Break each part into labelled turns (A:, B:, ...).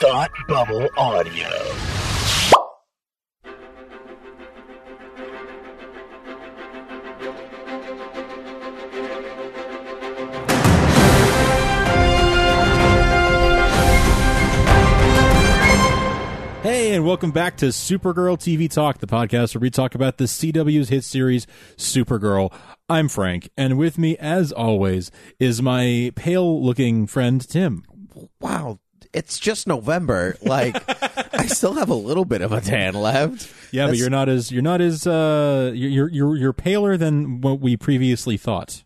A: Thought Bubble Audio.
B: Hey, and welcome back to Supergirl TV Talk, the podcast where we talk about the CW's hit series, Supergirl. I'm Frank, and with me, as always, is my pale looking friend, Tim.
C: wow, it's just November. Like, I still have a little bit of a tan left.
B: Yeah, but
C: That's-
B: you're not as, you're not as, uh, you're, you're, you're paler than what we previously thought.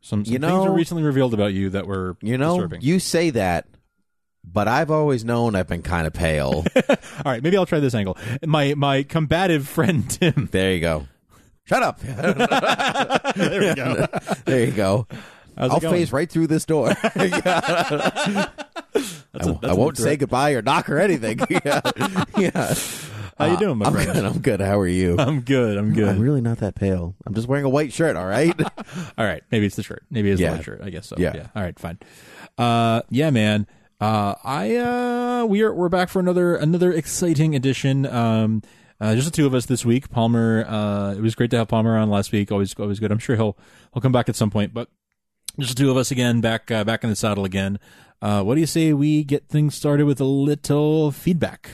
B: Some, some
C: You
B: things
C: know-
B: were recently revealed about you that were
C: You know,
B: disturbing.
C: you say that, but I've always known I've been kind of pale.
B: All right, maybe I'll try this angle. My, my combative friend, Tim.
C: there you go. Shut up.
B: there we go.
C: there you go.
B: How's it
C: I'll
B: going?
C: phase right through this door.
B: That's a- that's
C: I
B: a
C: won't
B: threat.
C: say goodbye or knock or anything. yeah. yeah.
B: How you doing, my
C: Uh, I'm
B: friend?
C: good. I'm good. How are you?
B: I'm good. I'm good.
C: I'm really not that pale. I'm just wearing a white shirt, all right?
B: All right, maybe it's the shirt. Maybe it's
C: Yeah.
B: the white shirt. I guess so. Yeah.
C: Yeah.
B: All right, fine. Uh, yeah, man. Uh, I uh, we are we're back for another another exciting edition. Um, uh, just the two of us this week. Palmer. Uh, it was great to have Palmer on last week. Always always good. I'm sure he'll he'll come back at some point. But just the two of us again, back uh, back in the saddle again. Uh, what do you say we get things started with a little feedback?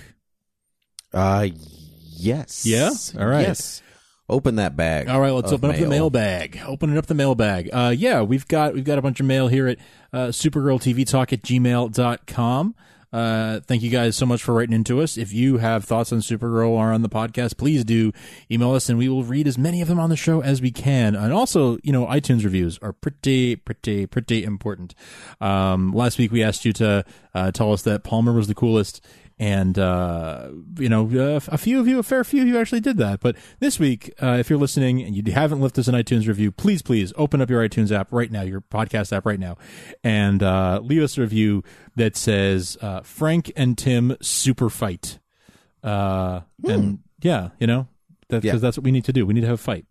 C: Uh, yes.
B: Yeah? All right.
C: Yes. Open that bag.
B: All right, let's
C: of
B: open up the mailbag. Opening up the mailbag. Uh, yeah, we've got we've got a bunch of mail here at uh, supergirltvtalk at gmail.com. Uh, thank you guys so much for writing into us. If you have thoughts on Supergirl or on the podcast, please do email us and we will read as many of them on the show as we can. And also, you know, iTunes reviews are pretty, pretty, pretty important. Um, last week we asked you to uh, tell us that Palmer was the coolest and uh, you know uh, a few of you a fair few of you actually did that but this week uh, if you're listening and you haven't left us an itunes review please please open up your itunes app right now your podcast app right now and uh, leave us a review that says uh, frank and tim super fight uh, and yeah you know because
C: Hmm. Yeah.
B: that's what we need to do we need to have a fight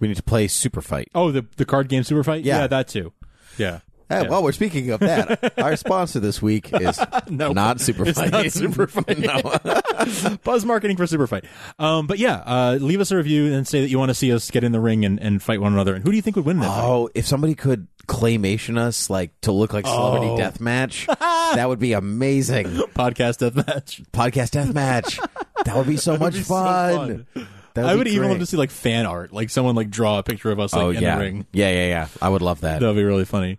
C: We need to play Super Fight.
B: oh the, the card game super fight
C: Yeah.
B: yeah that too yeah
C: Hey,
B: Yeah.
C: Well, we're speaking of that. our sponsor this week is
B: No.
C: not Super
B: It's
C: Fight.
B: not Super Fight. Buzz marketing for Super Fight. Um, but yeah, uh, leave us a review and say that you want to see us get in the ring and, and fight one another. And who do you think would win that? fight?
C: oh, if somebody could claymation us like to look like celebrity
B: Oh.
C: death match, that would be amazing.
B: Podcast deathmatch.
C: Podcast death match. That would be so much
B: be so
C: fun. That
B: I
C: be
B: would even
C: great.
B: love to see like fan art, like someone like draw a picture of us like
C: Oh
B: in
C: yeah.
B: the ring.
C: Yeah, yeah, yeah. I would love that.
B: That would be really funny.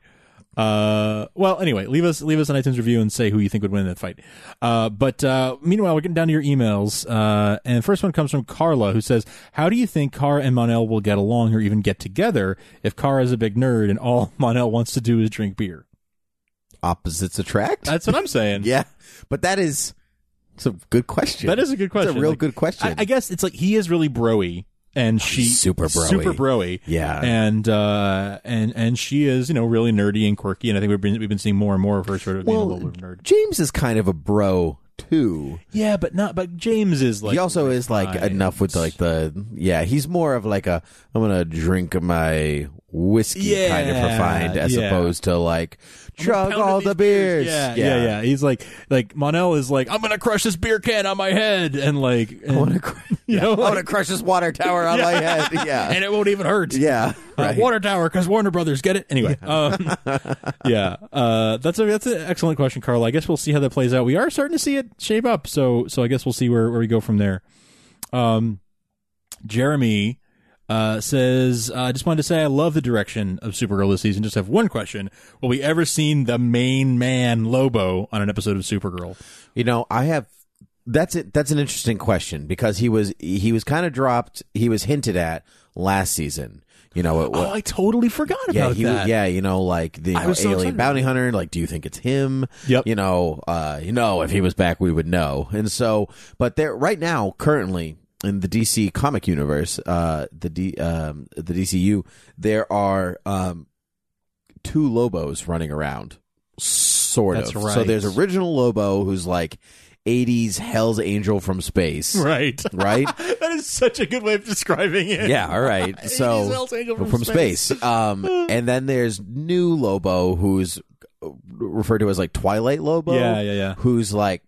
B: Uh, well, anyway, leave us leave us an iTunes review and say who you think would win that fight. Uh, but uh, meanwhile, we're getting down to your emails. Uh, and the first one comes from Carla, who says, "How do you think Kara and Monel will get along or even get together if Kara is a big nerd and all Monel wants to do is drink beer?"
C: Opposites attract?
B: That's what I'm saying.
C: yeah. But that is it's a good question.
B: That is a good question.
C: It's a real
B: Like,
C: good question.
B: I, I guess it's like he is really broy, and she
C: super bro-y.
B: super broy,
C: Yeah.
B: and uh, and and she is you know really nerdy and quirky, and I think we've been we've been seeing more and more of her sort of being a little bit of a nerd.
C: James is kind of a bro too.
B: Yeah, but not. But James is like
C: he also is like
B: right.
C: enough with like the yeah. He's more of like a I'm gonna drink my whiskey kind of
B: Yeah,
C: refined as
B: yeah.
C: opposed to like chug
B: Pounding
C: all
B: these
C: the beers.
B: Yeah, yeah, yeah, He's like like Monel is like I'm gonna crush this beer can on my head, and like and,
C: I wanna, cr-
B: you know,
C: I
B: like,
C: wanna crush this water tower on my head. Yeah,
B: and it won't even hurt.
C: yeah.
B: Uh,
C: Right.
B: Water Tower because Warner Brothers get it anyway. Yeah, um, yeah. Uh, that's a that's an excellent question, Carl. I guess we'll see how that plays out. We are starting to see it shape up, so so I guess we'll see where, where we go from there. Um, Jeremy uh, says, I just wanted to say I love the direction of Supergirl this season. Just have one question: Will we ever seen the main man Lobo on an episode of Supergirl?
C: You know, I have that's it that's an interesting question because he was he was kind of dropped. He was hinted at last season. You know, it,
B: Oh, I totally forgot about
C: yeah, he
B: that.
C: was, yeah, you know, like the you
B: I
C: know,
B: was so
C: alien
B: excited.
C: bounty hunter. Like, do you think it's him?
B: Yep.
C: You know, uh, you know, if he was back, we would know. And so, but there, right now, currently in the DC comic universe, uh, the D, um, the DCU, there are um, two Lobos running around, sort
B: That's
C: of. So
B: right.
C: there's original Lobo, who's like '80s Hell's Angel from space,
B: Right.
C: right?
B: that is such a good way of describing it.
C: yeah, all right. So
B: He's Hell's Angel
C: from,
B: from
C: space. Um, and then there's new Lobo, who's referred to as like Twilight Lobo.
B: Yeah, yeah, yeah.
C: Who's like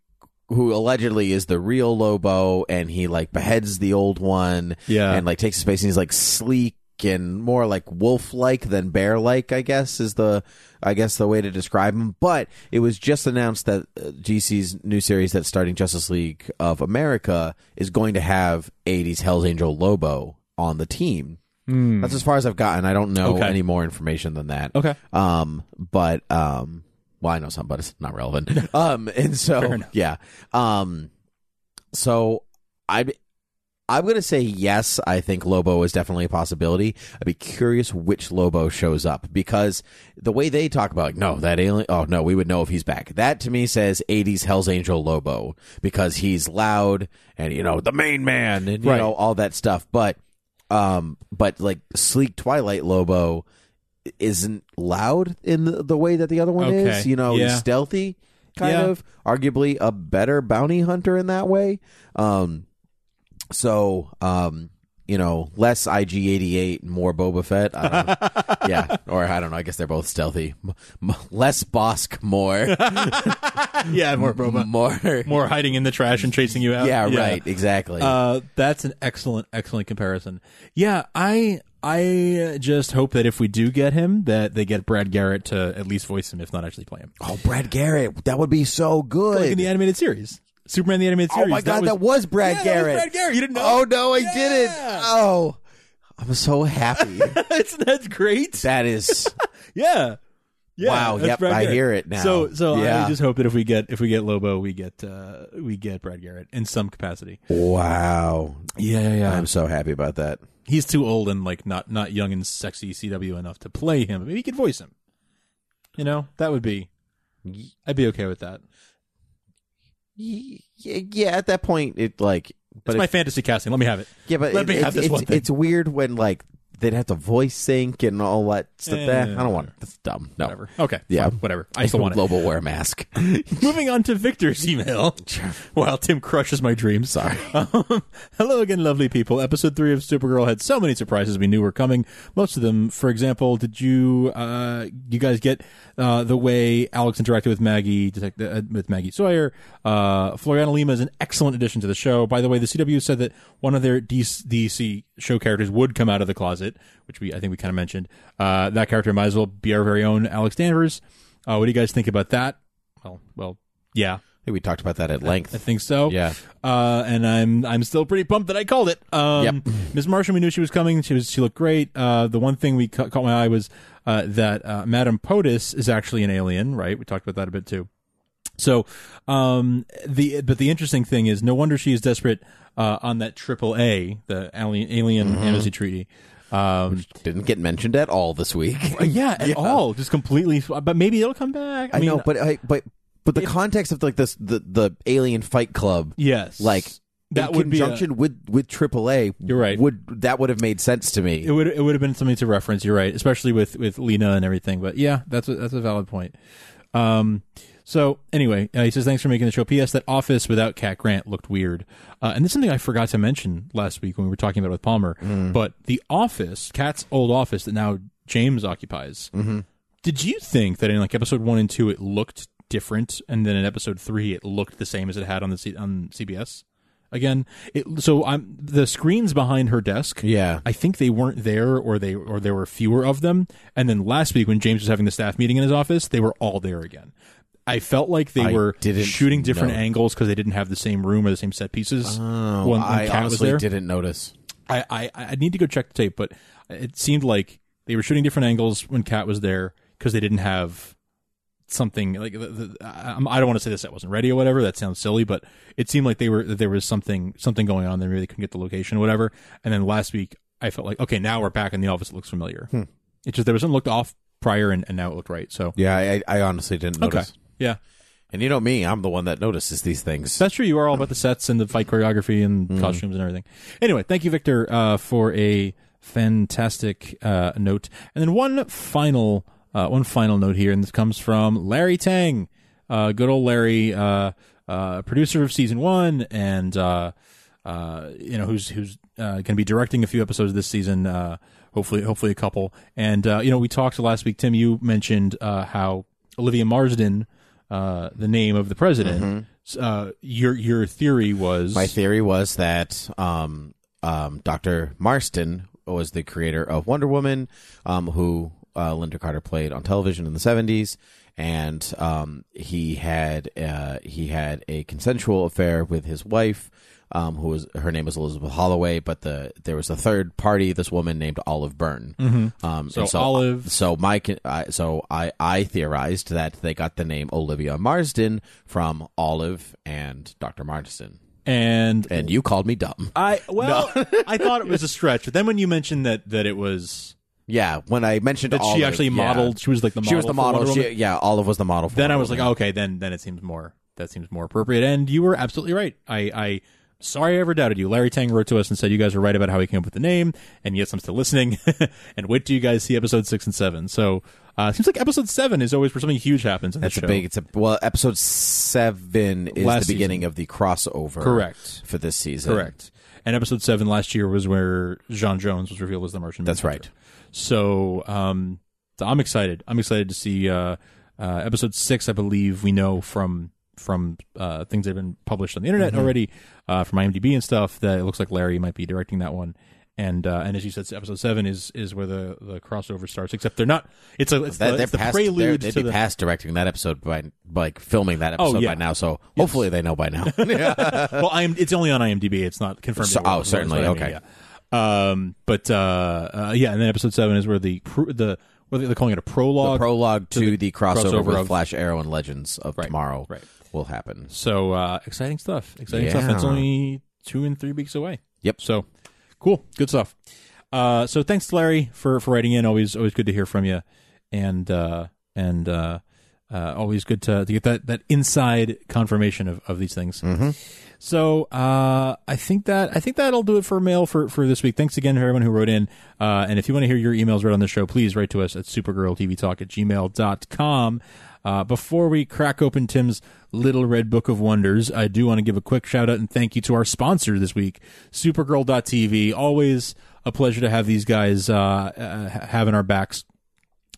C: who allegedly is the real Lobo, and he like beheads the old one,
B: Yeah.
C: and like takes his space, and he's like sleek and more like wolf like than bear like, I guess is the I guess the way to describe him. But it was just announced that uh, GC's new series that's starting Justice League of America is going to have '80s Hell's Angel Lobo on the team. That's as far as I've gotten. I don't know
B: Hmm. Okay.
C: any more information than that.
B: Okay.
C: Um, but um, well, I know some, but it's not relevant. um, and
B: Fair
C: so
B: enough.
C: yeah. Um, so I. I'm gonna say yes. I think Lobo is definitely a possibility. I'd be curious which Lobo shows up because the way they talk about, like, no, that alien. Oh no, we would know if he's back. That to me says '80s Hell's Angel Lobo because he's loud and you know the main man and you
B: Right.
C: know all that stuff. But, um, but like sleek Twilight Lobo isn't loud in the, the way that the other one
B: Okay.
C: is. You know,
B: Yeah.
C: he's stealthy, kind
B: Yeah.
C: of arguably a better bounty hunter in that way. Um, so, um, you know, less IG88, more Boba Fett. I don't know. yeah, or I don't know. I guess they're both stealthy. M- m- less Bosk, more
B: yeah, more Boba.
C: more.
B: More hiding in the trash and chasing you out.
C: Yeah, right. Exactly.
B: Uh, that's an excellent, excellent comparison. Yeah, I, I just hope that if we do get him, that they get Brad Garrett to at least voice him, if not actually play him,
C: oh, Brad Garrett, that would be so good.
B: like in the animated series, Superman the animated
C: oh
B: series.
C: my god, that was, Brad
B: Yeah, that was
C: Garrett.
B: Brad Garrett. You didn't know?
C: Oh no, I didn't.
B: Yeah.
C: Oh, I'm so happy.
B: Isn't that great?
C: Oh. that is
B: Yeah. Yeah,
C: Wow,
B: that's
C: yep,
B: Brad
C: I
B: Garrett.
C: hear it now.
B: So, so I
C: Yeah.
B: just hope that if we get if we get Lobo, we get uh we get Brad Garrett in some capacity. Uh,
C: wow.
B: Yeah, yeah,
C: I'm so happy about that.
B: He's too old and like not not young and sexy CW enough to play him. Maybe he could voice him. You know, that would be. I'd be okay with that.
C: Y- y- Yeah, at that point, it like,
B: It's
C: but
B: my
C: if-
B: fantasy casting. Let me have it.
C: yeah, but
B: let
C: it-
B: me
C: it's,
B: have this
C: it's,
B: one thing.
C: it's weird when like they'd have to voice sync and all that stuff.
B: Eh,
C: Eh, I don't want it. That's dumb. No,
B: Whatever. Okay.
C: Yeah.
B: fine, whatever. I still want it.
C: Lobo wear a mask.
B: Moving on to Victor's email. While Tim crushes my dreams.
C: Sorry.
B: Um, hello again, lovely people. Episode three of Supergirl had so many surprises we knew were coming. Most of them, for example, did you uh, you guys get uh, the way Alex interacted with Maggie detect- uh, with Maggie Sawyer? Uh, Floriana Lima is an excellent addition to the show. By the way, the CW said that one of their DC, DC show characters would come out of the closet, which we I think we kind of mentioned. Uh, that character might as well be our very own Alex Danvers. Uh, what do you guys think about that? Well, well, yeah.
C: I think we talked about that at length.
B: I think so.
C: Yeah.
B: Uh, and I'm I'm still pretty pumped that I called it. Um,
C: Yep.
B: Ms. Martian, we knew she was coming. She was she looked great. Uh, the one thing we ca- caught my eye was uh, that uh, Madame POTUS is actually an alien, right? We talked about that a bit too. So, um, the but the interesting thing is, no wonder she is desperate uh, on that triple A, the alien alien
C: Mm-hmm.
B: amnesty treaty. Um,
C: Didn't get mentioned at all this week.
B: yeah, at all, just completely. But maybe it'll come back. I,
C: uh, I
B: mean,
C: know, but I, but but the context of like this the the Alien Fight Club
B: yes,
C: like
B: that
C: in
B: would be a-
C: conjunction with with AAA.
B: You're right.
C: Would that would have made sense to me?
B: It would it would have been something to reference. You're right, especially with with Lena and everything. But yeah, that's a, that's a valid point. Um, so anyway, uh, he says thanks for making the show. P.S. That office without Cat Grant looked weird, uh, and this is something I forgot to mention last week when we were talking about it with Palmer. But the office, Cat's old office that now James occupies. Did you think that in like episode one and two it looked different, and then in episode three it looked the same as it had on the C- on CBS? Again, it, so I'm the screens behind her desk.
C: yeah.
B: I think they weren't there or they or there were fewer of them. And then last week when James was having the staff meeting in his office, they were all there again. I felt like they
C: I
B: were
C: didn't
B: shooting different
C: know.
B: angles because they didn't have the same room or the same set pieces.
C: Oh,
B: when- when
C: I
B: Kat was
C: honestly
B: there.
C: didn't notice.
B: I, I I need to go check the tape, but it seemed like they were shooting different angles when Kat was there because they didn't have something like the, the, I, I'm- I don't want to say this that wasn't ready or whatever. That sounds silly, but it seemed like they were that there was something something going on there. Maybe they couldn't get the location or whatever. And then last week, I felt like okay, now we're back in the office. It looks familiar. It just there was something looked off prior, and, and now it looked right. So
C: Hmm. Yeah, I, I honestly didn't notice.
B: okay, yeah,
C: And you know me, I'm the one that notices these things.
B: That's true. You are all about the sets and the fight choreography and costumes and everything. Anyway, thank you, Victor, uh, for a fantastic uh, note. And then one final, uh, one final note here, and this comes from Larry Tang, uh, good old Larry, uh, uh, producer of season one, and uh, uh, you know who's who's uh, going to be directing a few episodes this season. Uh, hopefully, hopefully a couple. And uh, you know, we talked last week. Tim, you mentioned uh, how Olivia Marsden uh, the name of the president. s- Uh, your your theory was
C: Mm-hmm. My theory was that um, um, Dr. Marston was the creator of Wonder Woman, um, who uh, Linda Carter played on television in the seventies, and um, he had uh, he had a consensual affair with his wife. Um, who was her name was Elizabeth Holloway, but the there was a third party. This woman named Olive Byrne. Um,
B: Mm-hmm. So
C: and
B: Olive-
C: so my con- I, so I I theorized that they got the name Olivia Marsden from Olive and Dr. Marsden.
B: and
C: And you called me dumb.
B: I well I thought it was a stretch, but then when you mentioned that that it was
C: Yeah, when I mentioned
B: that she
C: Olive,
B: actually
C: yeah.
B: modeled, she was like the model
C: She was the
B: for Wonder
C: model.
B: Woman.
C: She, yeah, Olive was the model. For
B: then I
C: Wonder
B: was like,
C: Woman.
B: okay, then then it seems more that seems more appropriate. And you were absolutely right. I I sorry I ever doubted you. Larry Tang wrote to us and said you guys are right about how he came up with the name, and yes, I'm still listening. and wait till you guys see episode six and seven. So uh, it seems like episode seven is always where something huge happens in
C: that's
B: the show.
C: a big. It's a well. Episode seven is
B: Last
C: the beginning of the crossover.
B: Correct.
C: for this season.
B: Correct. And episode seven last year was where John Jones was revealed as the Martian.
C: That's
B: Manhunter. So um, so I'm excited. I'm excited to see uh, uh, episode six. I believe we know from from uh, things that have been published on the internet
C: Mm-hmm.
B: already uh, from IMDb and stuff that it looks like Larry might be directing that one. And uh, and as you said, episode seven is is where the, the crossover starts. Except they're not. It's a it's
C: That,
B: the,
C: they're
B: it's the
C: past, they're,
B: prelude
C: they'd
B: to
C: be
B: the
C: past directing that episode by like filming that
B: Oh,
C: episode
B: yeah.
C: by now. So hopefully they know by now.
B: well, I am. It's only on IMDb. It's not confirmed.
C: So-
B: anywhere.
C: oh, certainly.
B: That's what I mean,
C: Okay.
B: yeah. Um, but uh, uh, yeah, and then episode seven is where the pr- the what are they calling it a prologue.
C: the prologue to, the, crossover,
B: crossover
C: with
B: of-
C: Flash, Arrow, and Legends of tomorrow
B: right.
C: will happen.
B: so uh, exciting stuff. Exciting
C: Yeah.
B: stuff. That's only two and three weeks away.
C: Yep.
B: So cool. Good stuff. Uh, so thanks, Larry, for for writing in. Always always good to hear from you, and uh, and uh, uh, always good to, to get that that inside confirmation of, of these things. So uh, I think that I think that'll do it for mail for, for this week. Thanks again for everyone who wrote in. Uh, and if you want to hear your emails read on the show, please write to us at supergirltvtalk at gmail.com. Uh, before we crack open Tim's Little Red Book of Wonders, I do want to give a quick shout out and thank you to our sponsor this week, Supergirl.tv. Always a pleasure to have these guys uh, uh, ha- having our backs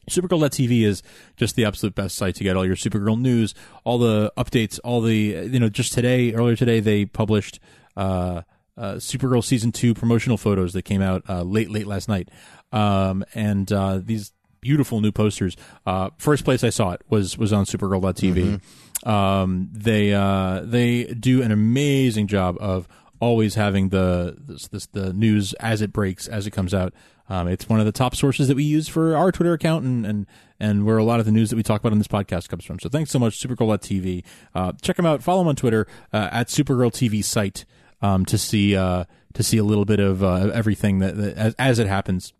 B: Supergirl.tv is just the absolute best site to get all your Supergirl news, all the updates, all the you know. Just today, earlier today, they published uh, uh, Supergirl season two promotional photos that came out uh, late, late last night, um, and uh, these beautiful new posters. Uh, first place I saw it was was on Supergirl.tv. Um, they uh, they do an amazing job of always having the this, this, the news as it breaks as it comes out. Um, it's one of the top sources that we use for our Twitter account and and and where a lot of the news that we talk about on this podcast comes from. So thanks so much, Supergirl.tv. Uh, check them out. Follow them on Twitter uh, at Supergirl TV site um, to see uh, to see a little bit of uh, everything that, that as, as it happens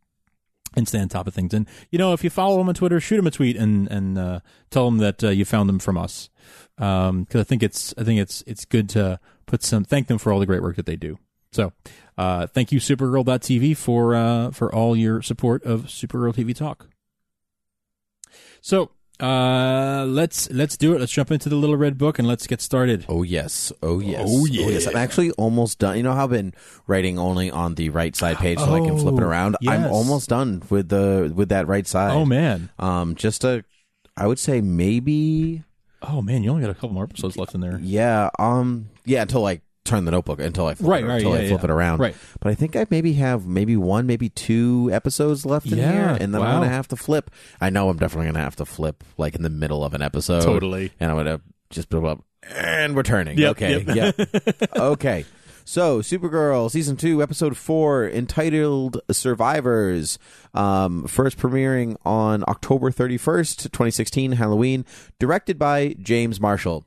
B: and stay on top of things. And you know, if you follow them on Twitter, shoot them a tweet and and uh, tell them that uh, you found them from us. Because I think it's I think it's it's good to put some thank them for all the great work that they do. So, uh, thank you, Supergirl.tv, for uh, for all your support of Supergirl TV Talk. So uh, let's let's do it. Let's jump into the Little Red Book and let's get started.
C: Oh yes. Oh yes.
B: Oh, yeah.
C: I'm actually almost done. You know how I've been writing only on the right side page so I can flip it
B: Oh,
C: around? I'm
B: yes.
C: almost done with the with that right side.
B: Oh man,
C: Um just a I would say maybe
B: oh man, you only got a couple more episodes left in there.
C: yeah, um yeah, until I turn the notebook until I flip
B: Right,
C: it,
B: right,
C: until
B: yeah,
C: I flip
B: yeah.
C: it around.
B: Right.
C: But I think I maybe have maybe one, maybe two episodes left in
B: Yeah,
C: here and then
B: wow.
C: I'm gonna have to flip. I know I'm definitely gonna have to flip like in the middle of an episode.
B: Totally.
C: And I'm gonna just build up and we're turning.
B: Yep,
C: okay. Yep. okay. So, Supergirl season two, episode four, entitled "Survivors," um, first premiering on October thirty first, twenty sixteen, Halloween. Directed by James Marshall.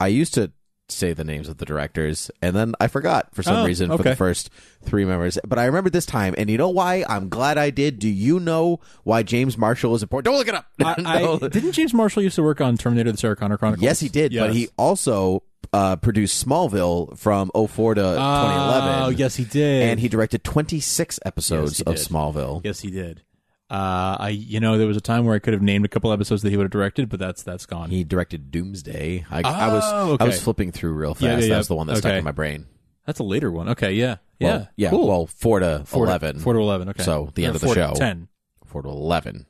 C: I used to say the names of the directors, and then I forgot for some
B: Oh,
C: reason for
B: okay.
C: the first three members. But I remember this time, and you know why? I'm glad I did. Do you know why James Marshall is important? Don't look it up.
B: I, I,
C: No.
B: didn't James Marshall used to work on Terminator: The Sarah Connor Chronicles?
C: Yes, he did, but
B: Yes.
C: he also uh, produced Smallville from 04 to 2011.
B: Oh, yes, he did.
C: uh, And he directed 26
B: Yes,
C: episodes
B: he
C: of
B: did.
C: Smallville.
B: yes, he did. Uh, I, you know, there was a time where I could have named a couple episodes that he would have directed, but that's that's gone.
C: He directed Doomsday. I, I was
B: Oh, okay.
C: I was flipping through real fast.
B: Yeah, yeah, yeah.
C: That was the one that stuck
B: Okay.
C: in my brain.
B: that's a later one. Okay, yeah,
C: Well,
B: yeah,
C: yeah.
B: Cool.
C: Well, four to
B: four to-
C: eleven.
B: four to eleven. Okay,
C: So, the end
B: Or
C: of the
B: four to
C: show.
B: ten.
C: Four to eleven.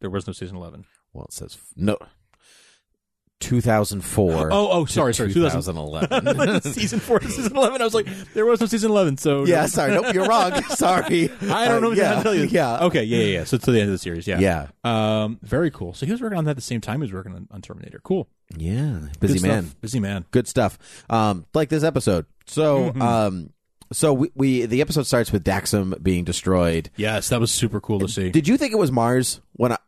B: There was no season eleven.
C: Well, it says no. 2004.
B: Oh, oh, sorry,
C: to
B: sorry,
C: 2011.
B: season four to season 11. I was like, there was no season 11, so.
C: yeah, sorry. Nope, you're wrong. Sorry.
B: I don't know
C: Uh,
B: what
C: yeah,
B: to tell you.
C: Yeah.
B: Okay, yeah, yeah, yeah. So to the end of the series, yeah.
C: Yeah.
B: Um, very cool. So he was working on that at the same time he was working on, on Terminator. Cool.
C: Yeah.
B: Good
C: Busy
B: stuff.
C: man.
B: Busy man.
C: good stuff. Um, like this episode. So,
B: Mm-hmm.
C: um, so we, we the episode starts with Daxum being destroyed.
B: Yes, that was super cool to see.
C: Did you think it was Mars when I,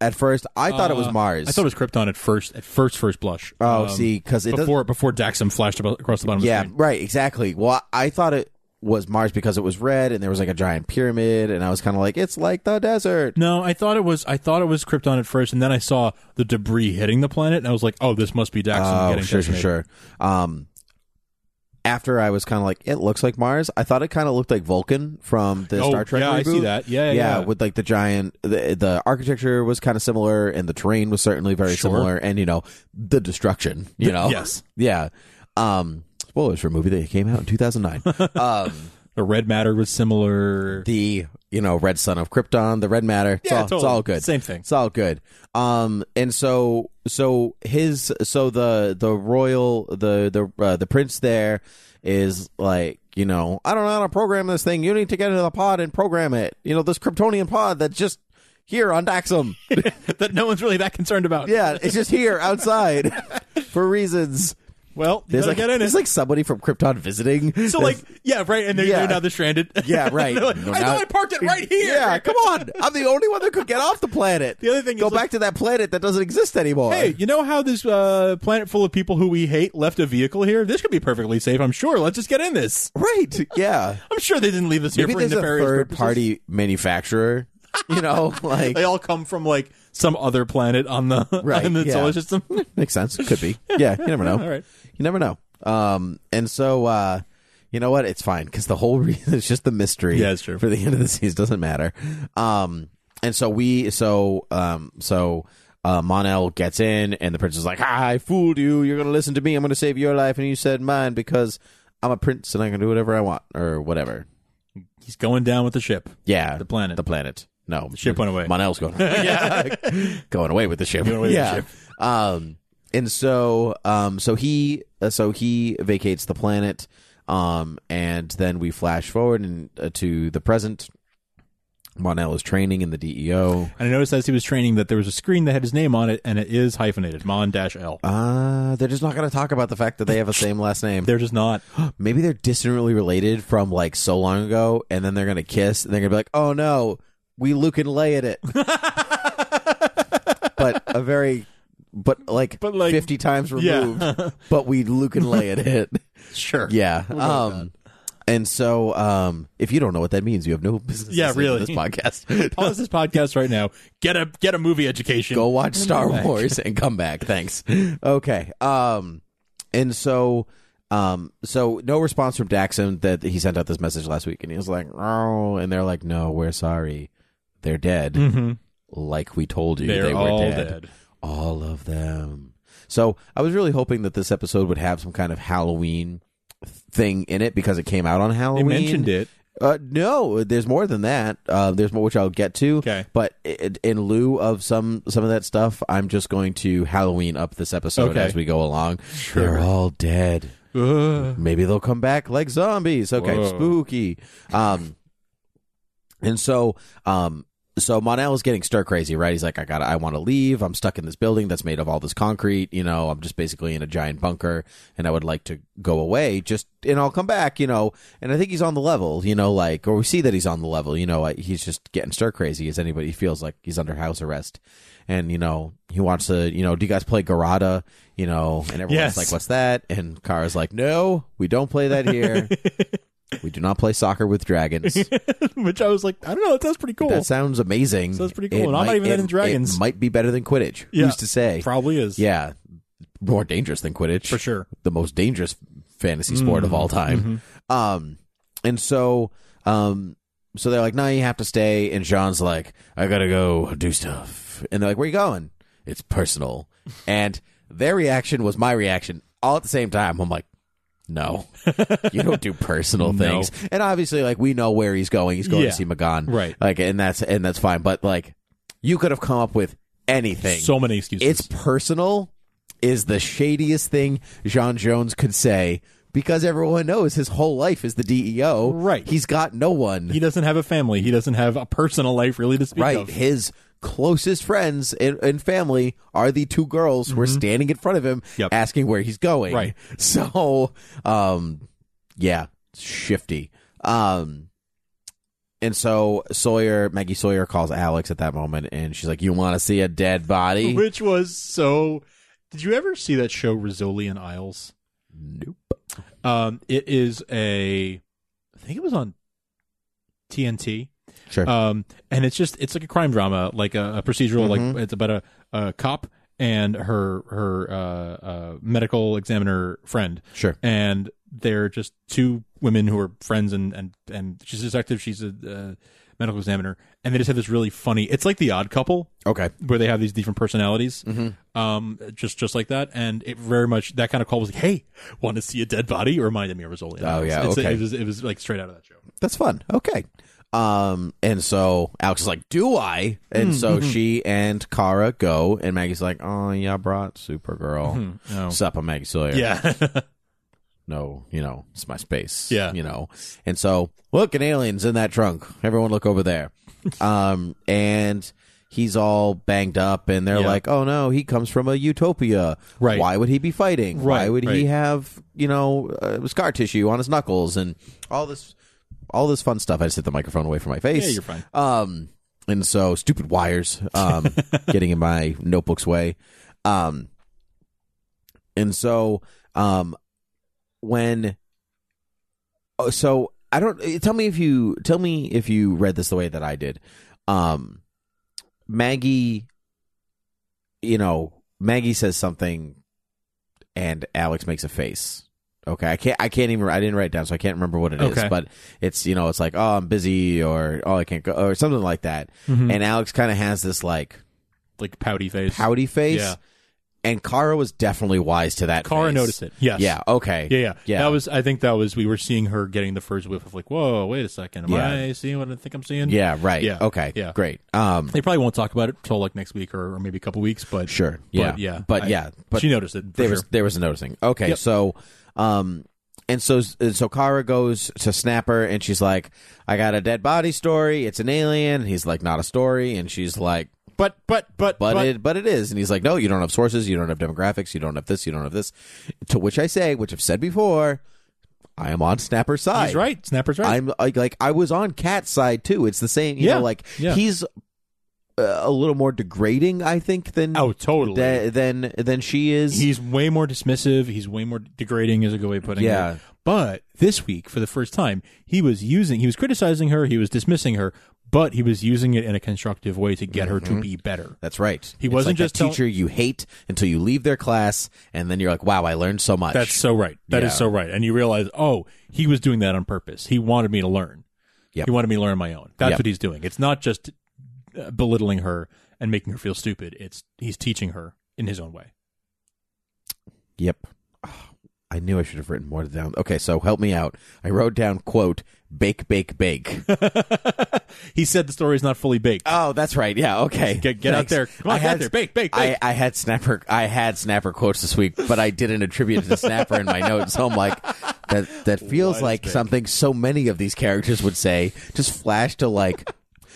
C: at first? I thought it was
B: Uh,
C: Mars.
B: I thought it was Krypton at first, at first, first blush.
C: oh,
B: Um,
C: see, because it doesn't.
B: before before Daxum flashed abo- across the bottom
C: Yeah,
B: of the screen.
C: right. Exactly. Well, I thought it was Mars because it was red and there was like a giant pyramid, and I was kind of like, it's like the desert.
B: No, I thought it was I thought it was Krypton at first, and then I saw the debris hitting the planet, and I was like, "Oh, this must be Daxum
C: Oh,
B: getting
C: sure, sure,
B: detonated.
C: sure. Um, after I was kind of like, it looks like Mars. I thought it kind of looked like Vulcan from the
B: Oh,
C: Star Trek
B: yeah, I see
C: reboot.
B: that. Yeah, yeah, yeah.
C: with like the giant, the, the architecture was kind of similar, and the terrain was certainly very
B: Sure.
C: similar, and you know, the destruction. You know,
B: yes.
C: yeah. Um, spoilers for a movie that came out in two thousand nine. um,
B: The red matter was similar.
C: the you know red sun of Krypton, the red matter. it's,
B: Yeah,
C: all, it's
B: totally.
C: all good.
B: Same thing.
C: It's all good. Um, and so so his so the the royal the the uh, the prince there is like you know I don't know how to program this thing. You need to get into the pod and program it. You know this Kryptonian pod that's just here on Daxum.
B: that no one's really that concerned about.
C: yeah, it's just here outside for reasons.
B: Well, you
C: There's
B: better
C: like
B: get in it.
C: there's like somebody from Krypton visiting.
B: so like yeah, right, and they're,
C: Yeah.
B: they're now they're stranded.
C: Yeah, right.
B: They're like,
C: No,
B: I
C: now-
B: thought I parked it right here.
C: Yeah, come on. I'm the only one that could get off the planet.
B: The other thing
C: go
B: is,
C: back
B: like-
C: to that planet that doesn't exist anymore.
B: Hey, you know how this uh, planet full of people who we hate left a vehicle here? This could be perfectly safe, I'm sure. Let's just get in this.
C: right? Yeah.
B: I'm sure they didn't leave this here
C: Maybe
B: for
C: there's a
B: nefarious
C: third
B: purposes.
C: party manufacturer. You know, like
B: They all come from like some other planet on the
C: Right,
B: on the
C: yeah.
B: solar system.
C: makes sense. Could be. Yeah, you never know.
B: all right.
C: You never know. Um, and so uh, you know what? It's fine because the whole reason it's just the mystery.
B: Yeah, it's true.
C: For the end of the season, doesn't matter. Um, and so we, so um, so. Uh, Monel gets in, and the prince is like, ah, "I fooled you. You're gonna listen to me. I'm gonna save your life, and you said mine because I'm a prince and I can do whatever I want or whatever."
B: He's going down with the ship.
C: Yeah,
B: The planet.
C: The planet. No, the
B: ship went away.
C: Monel's going. yeah, going away with the ship.
B: away with the
C: yeah. Um, and so, um, so he, uh, so he vacates the planet. Um, and then we flash forward and uh, to the present. Monel is training in the E DEO.
B: And I noticed as he was training that there was a screen that had his name on it, and it is hyphenated, Mon dash L.
C: Uh, they're just not going to talk about the fact that they have the same last name.
B: They're just not.
C: Maybe they're distantly related from like so long ago, and then they're going to kiss, and they're going to be like, "Oh no, we Luke and Leia it." but a very but like,
B: But, like,
C: 50 times
B: yeah.
C: removed but we Luke and Leia did it
B: sure.
C: yeah um and so um if you don't know what that means you have no business
B: Yeah,
C: listening to
B: really.
C: this podcast
B: Pause this podcast right now. Get a get a movie education.
C: go watch Star
B: back.
C: Wars and come back thanks okay um and so um so no response from Daxon that he sent out this message last week and he was like oh and they're like no we're sorry they're dead like we told you
B: Mm-hmm. They're
C: they were
B: all
C: dead.
B: dead.
C: all of them. So I was really hoping that this episode would have some kind of Halloween thing in it because it came out on
B: They
C: Halloween.
B: mentioned it.
C: Uh, no, there's more than that. Uh, there's more which I'll get to.
B: Okay.
C: But i in lieu of some some of that stuff, I'm just going to Halloween up this episode
B: Okay.
C: as we go along. They're all dead. Maybe they'll come back like zombies. Okay,
B: Uh-huh. Whoa.
C: spooky. Um, and so, um, so Monel is getting stir crazy, right? He's like, I got, to I want to leave. I'm stuck in this building that's made of all this concrete. You know, I'm just basically in a giant bunker, and I would like to go away. Just and I'll come back. You know, and I think he's on the level. You know, like or we see that he's on the level. You know, like, he's just getting stir crazy as anybody feels like he's under house arrest. And you know he wants to. You know, do you guys play Garada? You know, and everyone's
B: Yes.
C: like, "What's that?" And Kara's like, "No, we don't play that here. we do not play soccer with dragons."
B: Which I was like, I don't know. That sounds pretty cool.
C: That sounds amazing.
B: Sounds pretty cool, and I'm not even
C: it-
B: into dragons.
C: It might be better than Quidditch.
B: Yeah.
C: Who's to say?
B: Probably is.
C: Yeah, more dangerous than Quidditch
B: for sure.
C: the most dangerous fantasy sport
B: Mm-hmm.
C: of all time. Um, and so, um, so they're like, "No, you have to stay." And Jean's like, "I gotta go do stuff." And they're like, "Where you going?" It's personal. and their reaction was my reaction all at the same time. I'm like. No, you don't do personal
B: No.
C: things, and obviously, like we know where he's going. He's going
B: Yeah.
C: to see Magan,
B: Right.
C: Like, and that's and that's fine. But like, you could have come up with anything.
B: So many excuses.
C: it's personal. is the shadiest thing John Jones could say because everyone knows his whole life is the DEO.
B: Right.
C: He's got no one.
B: He doesn't have a family. He doesn't have a personal life really to speak
C: right.
B: of.
C: His closest friends and, and family are the two girls who are standing in front of him
B: Mm-hmm. Yep.
C: asking where he's going.
B: Right.
C: So, um, yeah, shifty. Um, and so Sawyer, Maggie Sawyer calls Alex at that moment and she's like, You want to see a dead body?
B: Which was so. Did you ever see that show Rizzoli and Isles?
C: Nope.
B: Um, it is a, I think it was on TNT.
C: Sure.
B: Um, and it's just it's like a crime drama, like a, a procedural, like it's about a, a cop and her her uh, uh, medical examiner friend,
C: sure.
B: and they're just two women who are friends, and and and she's a detective, she's a uh, medical examiner, and they just have this really funny. It's like the Odd Couple,
C: Okay.
B: where they have these different personalities,
C: Mm-hmm.
B: um, just just like that, and it very much that kind of call was like, "Hey, want to see a dead body?" It reminded me of Rizzoli.
C: Oh, yeah,
B: It's-
C: okay.
B: it was it was like straight out of that show.
C: That's fun. Okay. Um, and so Alex is like, "Do I?" And so
B: Mm-hmm.
C: she and Kara go, and Maggie's like, "Oh, yeah, I brought Supergirl.
B: Mm-hmm. no.
C: Sup, I'm Maggie Sawyer.
B: Yeah,
C: no, you know, it's my space.
B: Yeah.
C: you know." And so, look, an alien's in that trunk. Everyone, look over there. um, and he's all banged up, and they're
B: Yeah.
C: like, "Oh no, he comes from a utopia.
B: Right.
C: Why would he be fighting? Why
B: Right,
C: would he
B: right.
C: have you know uh, scar tissue on his knuckles and all this?" All this fun stuff. I just hit the microphone away from my face.
B: Yeah, you're fine.
C: Um, and so stupid wires, um, getting in my notebook's way. Um, and so, um, when, oh, so I don't eh, tell me if you tell me if you read this the way that I did. Um, Maggie, you know, Maggie says something, and Alex makes a face. Okay, I can't. I can't even. I didn't write it down, so I can't remember what it is.
B: Okay.
C: But it's you know, it's like oh, I'm busy, or oh, I can't go, or something like that.
B: Mm-hmm.
C: And Alex kind of has this like
B: like pouty face.
C: pouty face.
B: Yeah.
C: And Kara was definitely wise to that.
B: Kara
C: face.
B: noticed it. Yes.
C: Yeah. Okay.
B: Yeah, yeah,
C: Yeah.
B: That was. I think that was. We were seeing her getting the first whiff of like, "Whoa, wait a second, am
C: Yeah.
B: I seeing what I think I'm seeing?"
C: Yeah. Right.
B: Yeah.
C: Okay.
B: Yeah.
C: Great. Um.
B: They probably won't talk about it till like next week or, or maybe a couple weeks, but but
C: Sure. Yeah.
B: yeah,
C: But
B: I-
C: yeah. But
B: she noticed it. For
C: there
B: sure.
C: was there was a noticing. Okay,
B: Yep.
C: so um and so and so Kara goes to Snapper and she's like, I got a dead body story, it's an alien, and he's like, not a story, and she's like
B: but but but
C: but,
B: but
C: it but it is. And he's like, No, you don't have sources, you don't have demographics, you don't have this, you don't have this. To which I say, which I've said before, I am on Snapper's side.
B: he's right. Snapper's right.
C: I'm like, like I was on Cat's side too. It's the same, you
B: Yeah.
C: know. Like
B: Yeah.
C: he's uh, a little more degrading, I think, than
B: oh, totally.
C: tha- than than she is.
B: He's way more dismissive. He's way more degrading, is a good way of putting
C: Yeah.
B: it. But this week, for the first time, he was using, he was criticizing her, he was dismissing her, but he was using it in a constructive way to get her
C: Mm-hmm.
B: to be better.
C: That's right.
B: He wasn't
C: like
B: just
C: a
B: tell-
C: teacher you hate until you leave their class, and then you're like, "Wow, I learned so much."
B: That's so right. That is
C: Yeah.
B: so right. And you realize, oh, he was doing that on purpose. He wanted me to learn.
C: Yep.
B: He wanted me to learn on my own. That's
C: Yep.
B: what he's doing. It's not just uh, belittling her and making her feel stupid. It's he's teaching her in his own way.
C: yep. Ah, I knew I should have written more down. Okay, so help me out. I wrote down quote bake bake bake.
B: he said the story is not fully baked.
C: oh, that's right. Yeah. Okay.
B: Get- get out there. Come on,
C: I
B: get out
C: had-
B: there. Bake, bake, bake.
C: I, I had snapper. I had snapper quotes this week, but I didn't attribute it to snapper in my notes. So I'm like, that that feels
B: Wise
C: like
B: bake.
C: something so many of these characters would say. Just flash to like.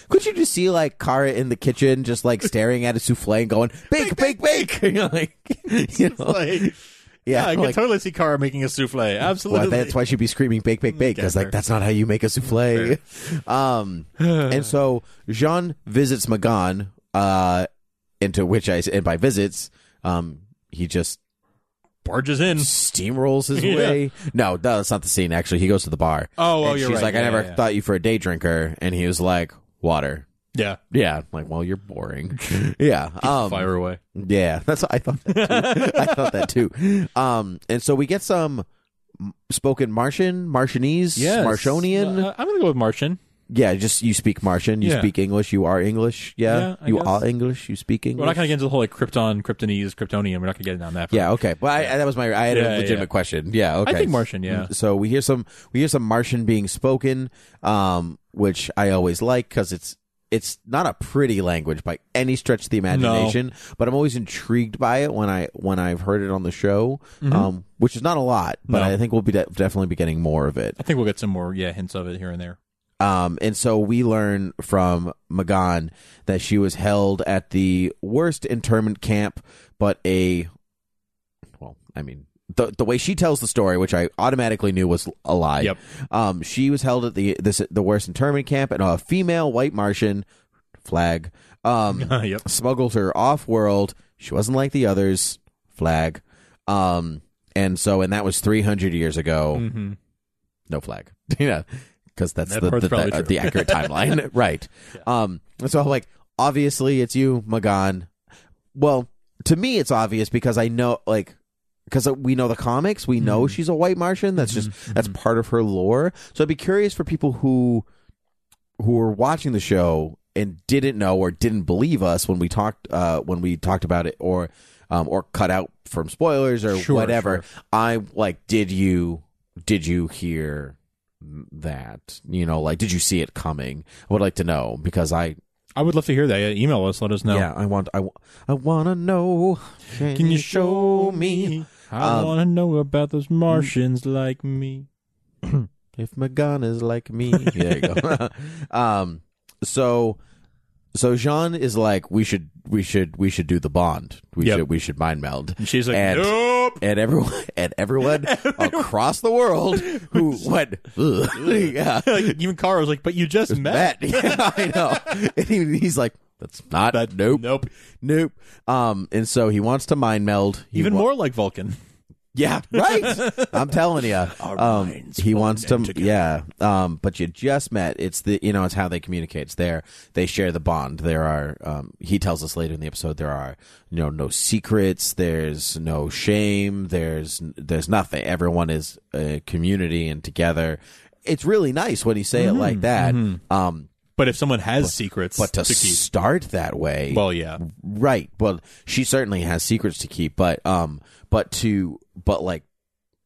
C: Could you just see like Kara in the kitchen, just like staring at a souffle and going bake, bake, bake? You're like, you know,
B: Like, "Ah,
C: yeah,
B: I can
C: like,
B: totally see Kara making a souffle. Absolutely.
C: well, that's why she'd be screaming bake, bake, bake because
B: Okay,
C: like that's not how you make a souffle. Um, and so Jean visits Magan, uh, into which I and by visits, um, he just
B: Barges in.
C: steamrolls his
B: Yeah.
C: way. No, no, that's not the scene. Actually, he goes to the bar.
B: Oh, oh,
C: and
B: you're
C: she's
B: right.
C: like, I
B: Yeah,
C: never
B: yeah, yeah.
C: thought you for a day drinker, and he was like, water.
B: Yeah.
C: Yeah, I'm like, well, you're boring. yeah, um,
B: Fire away.
C: yeah, that's I thought. That too. I thought that too. Um, and so we get some m- spoken Martian, Martianese,
B: Yes.
C: Martionian.
B: Uh, I'm going to go with Martian.
C: yeah, just you speak Martian, you
B: Yeah.
C: speak English, you are English. Yeah,
B: Yeah, I
C: you
B: guess.
C: are English, you speak English.
B: We're not going to get into the whole like Krypton, Kryptonese, Kryptonian. We're not going to get into that.
C: yeah, okay. Well, I, I- that was my. I had
B: Yeah,
C: a legitimate
B: yeah.
C: question. Yeah, okay.
B: I think Martian. Yeah.
C: So we hear some we hear some Martian being spoken, um, which I always like because it's it's not a pretty language by any stretch of the imagination, but I'm always intrigued by it when I when I've heard it on the show, um, which is not a lot, but
B: Mm-hmm. No.
C: I think we'll be de- definitely be getting more of it.
B: I think we'll get some more yeah hints of it here and there.
C: Um, and so we learn from Magan that she was held at the worst internment camp, but a well, I mean, the the way she tells the story, which I automatically knew was a lie.
B: Yep.
C: Um, she was held at the this the worst internment camp, and a female white Martian flag um
B: yep.
C: smuggled her off world. She wasn't like the others. Flag. Um, and so, and that was three hundred years ago
B: Mm-hmm.
C: no flag. yeah, because that's
B: That
C: the
B: part's
C: the,
B: probably
C: the,
B: true.
C: the accurate timeline, right? Um, and so I'm like, obviously, it's you, Magan. Well, to me, it's obvious because I know, like, because uh, we know the comics, we know
B: Mm-hmm.
C: she's a white Martian. That's just that's part of her lore. So I'd be curious for people who who were watching the show and didn't know or didn't believe us when we talked uh, when we talked about it or um, or cut out from spoilers or
B: Sure,
C: whatever. I like did you did you hear that? You know, like did you see it coming? I would like to know because I
B: I would love to hear that. Yeah, email us. Let us know.
C: yeah I want I, wa- I want to know.
B: Can you show me? I
C: Um,
B: want to know about those Martians like me.
C: If my gun is like me. there you go. um so so Jean is like we should we should we should do the bond. We
B: Yep.
C: should we should mind meld.
B: And she's like,
C: and,
B: nope.
C: and everyone and everyone across the world who went "Ugh." yeah.
B: Like, even Kara was like, but you just met.
C: Matt. Yeah, I know. And he- he's like that's not
B: That-
C: nope
B: Nope.
C: nope. Um and so he wants to mind meld. He
B: Even
C: wa-
B: more like Vulcan.
C: Yeah, right. I'm telling you. Um,
B: minds
C: he
B: will
C: wants to.
B: mend together.
C: Yeah. Um, but you just met. It's the you know it's how they communicate. It's there. They share the bond. There are. Um, he tells us later in the episode there are you know no secrets. There's no shame. There's there's nothing. Everyone is a community and together. It's really nice when you say it
B: Mm-hmm.
C: like that. Um,
B: But if someone has secrets,
C: but to,
B: to keep,
C: start that way,
B: well, yeah,
C: Right. Well, she certainly has secrets to keep, but um, but to but like,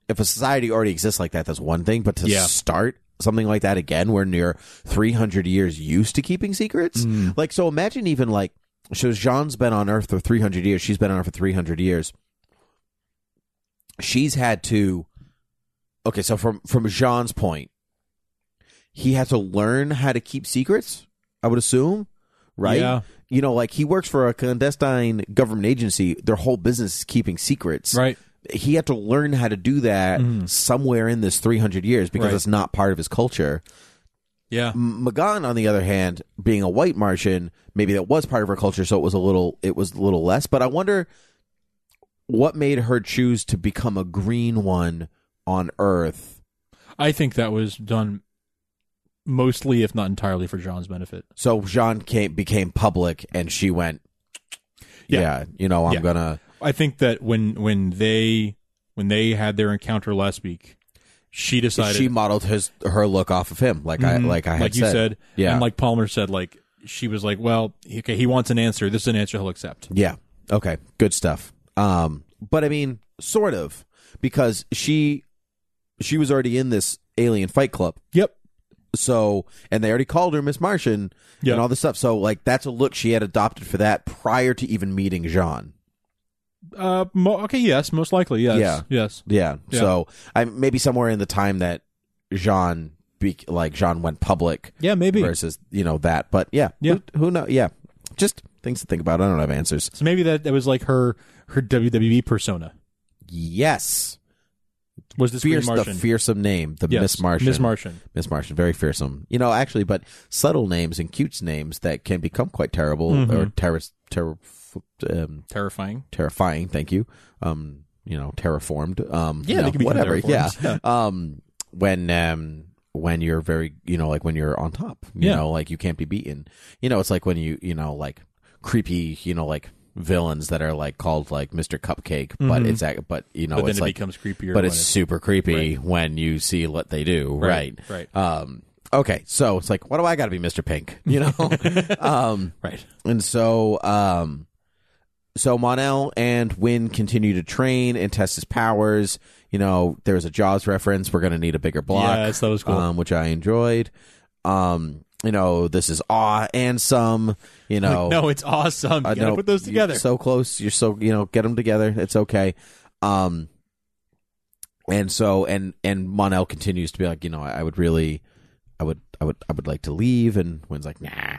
C: if a society already exists like that, that's one thing. But to
B: Yeah.
C: start something like that again, we're near three hundred years used to keeping secrets.
B: Mm.
C: Like, so imagine even like, so Jean's been on Earth for three hundred years. She's been on Earth for three hundred years. She's had to. Okay, so from from Jean's point, he had to learn how to keep secrets. I would assume, right?
B: Yeah.
C: You know, like he works for a clandestine government agency. Their whole business is keeping secrets.
B: right. Mm-hmm.
C: He had to learn how to do that somewhere in this 300 years because
B: Right.
C: it's not part of his culture.
B: Yeah,
C: M- Magan, on the other hand, being a white Martian, maybe that was part of her culture, so it was a little, it was a little less. But I wonder what made her choose to become a green one on Earth.
B: I think that was done mostly, if not entirely, for John's benefit.
C: So Jean came, became public, and she went,
B: Yeah.
C: "Yeah, you know, I'm
B: Yeah.
C: gonna."
B: I think that when when they when they had their encounter last week, she decided
C: She modeled his her look off of him, like I
B: Mhm.
C: like I had
B: like you said,
C: Yeah.
B: and like Palmer said, like she was like, well, okay, he wants an answer. This is an answer he'll accept.
C: Yeah. Okay. Good stuff. Um, but I mean, sort of, because she she was already in this alien fight club.
B: Yep.
C: So and they already called her Miss Martian
B: Yeah.
C: and all this stuff. So like that's a look she had adopted for that prior to even meeting Jean.
B: Uh, mo- okay, yes, most likely, yes,
C: Yeah.
B: yes,
C: Yeah.
B: Yeah.
C: So I maybe somewhere in the time that Jean be, like Jean went public
B: yeah, maybe.
C: versus you know that. But yeah,
B: Yeah.
C: Who, who knows? Yeah, just things to think about. I don't have answers.
B: So maybe that that was like her her WWE persona
C: Yes,
B: was this
C: fierce
B: Green
C: the
B: Martian.
C: fearsome name, the
B: Yes,
C: Miss Martian.
B: Miss Martian.
C: Miss Martian, very fearsome. You know, actually, but subtle names and cute names that can become quite terrible
B: Mm-hmm.
C: or terror, terror, um,
B: Terrifying.
C: terrifying. Thank you. Um, you know, terraformed. Um,
B: Yeah,
C: you
B: they
C: know,
B: can become
C: whatever. Yeah.
B: terraformed.
C: Um, when um, when you're very, you know, like when you're on top, you
B: Yeah.
C: know, like you can't be beaten. You know, it's like when you, you know, like creepy, you know, like villains that are like called like Mr. Cupcake, but it's ac- but you know,
B: Mm-hmm. But then
C: it's
B: it
C: like
B: becomes creepier.
C: but
B: when
C: it's super creepy when you see what they do. Right.
B: Right.
C: Um. Okay. So it's like, what do I got to be, Mister Pink? You know. um.
B: Right.
C: And so, um, so Monel and Win continue to train and test his powers. You know, there's a Jaws reference. We're going to need a bigger block,
B: Yes, that was cool.
C: um, which I enjoyed. Um, you know, this is awe and some, you know,
B: Like, no, it's awesome. You
C: I
B: gotta
C: know,
B: put those
C: you're
B: together.
C: Uh, so close. You're so you know, get them together. It's okay. Um, and so and and Monel continues to be like, you know, I, I would really, I would, I would, I would like to leave. And Wynn's like, nah,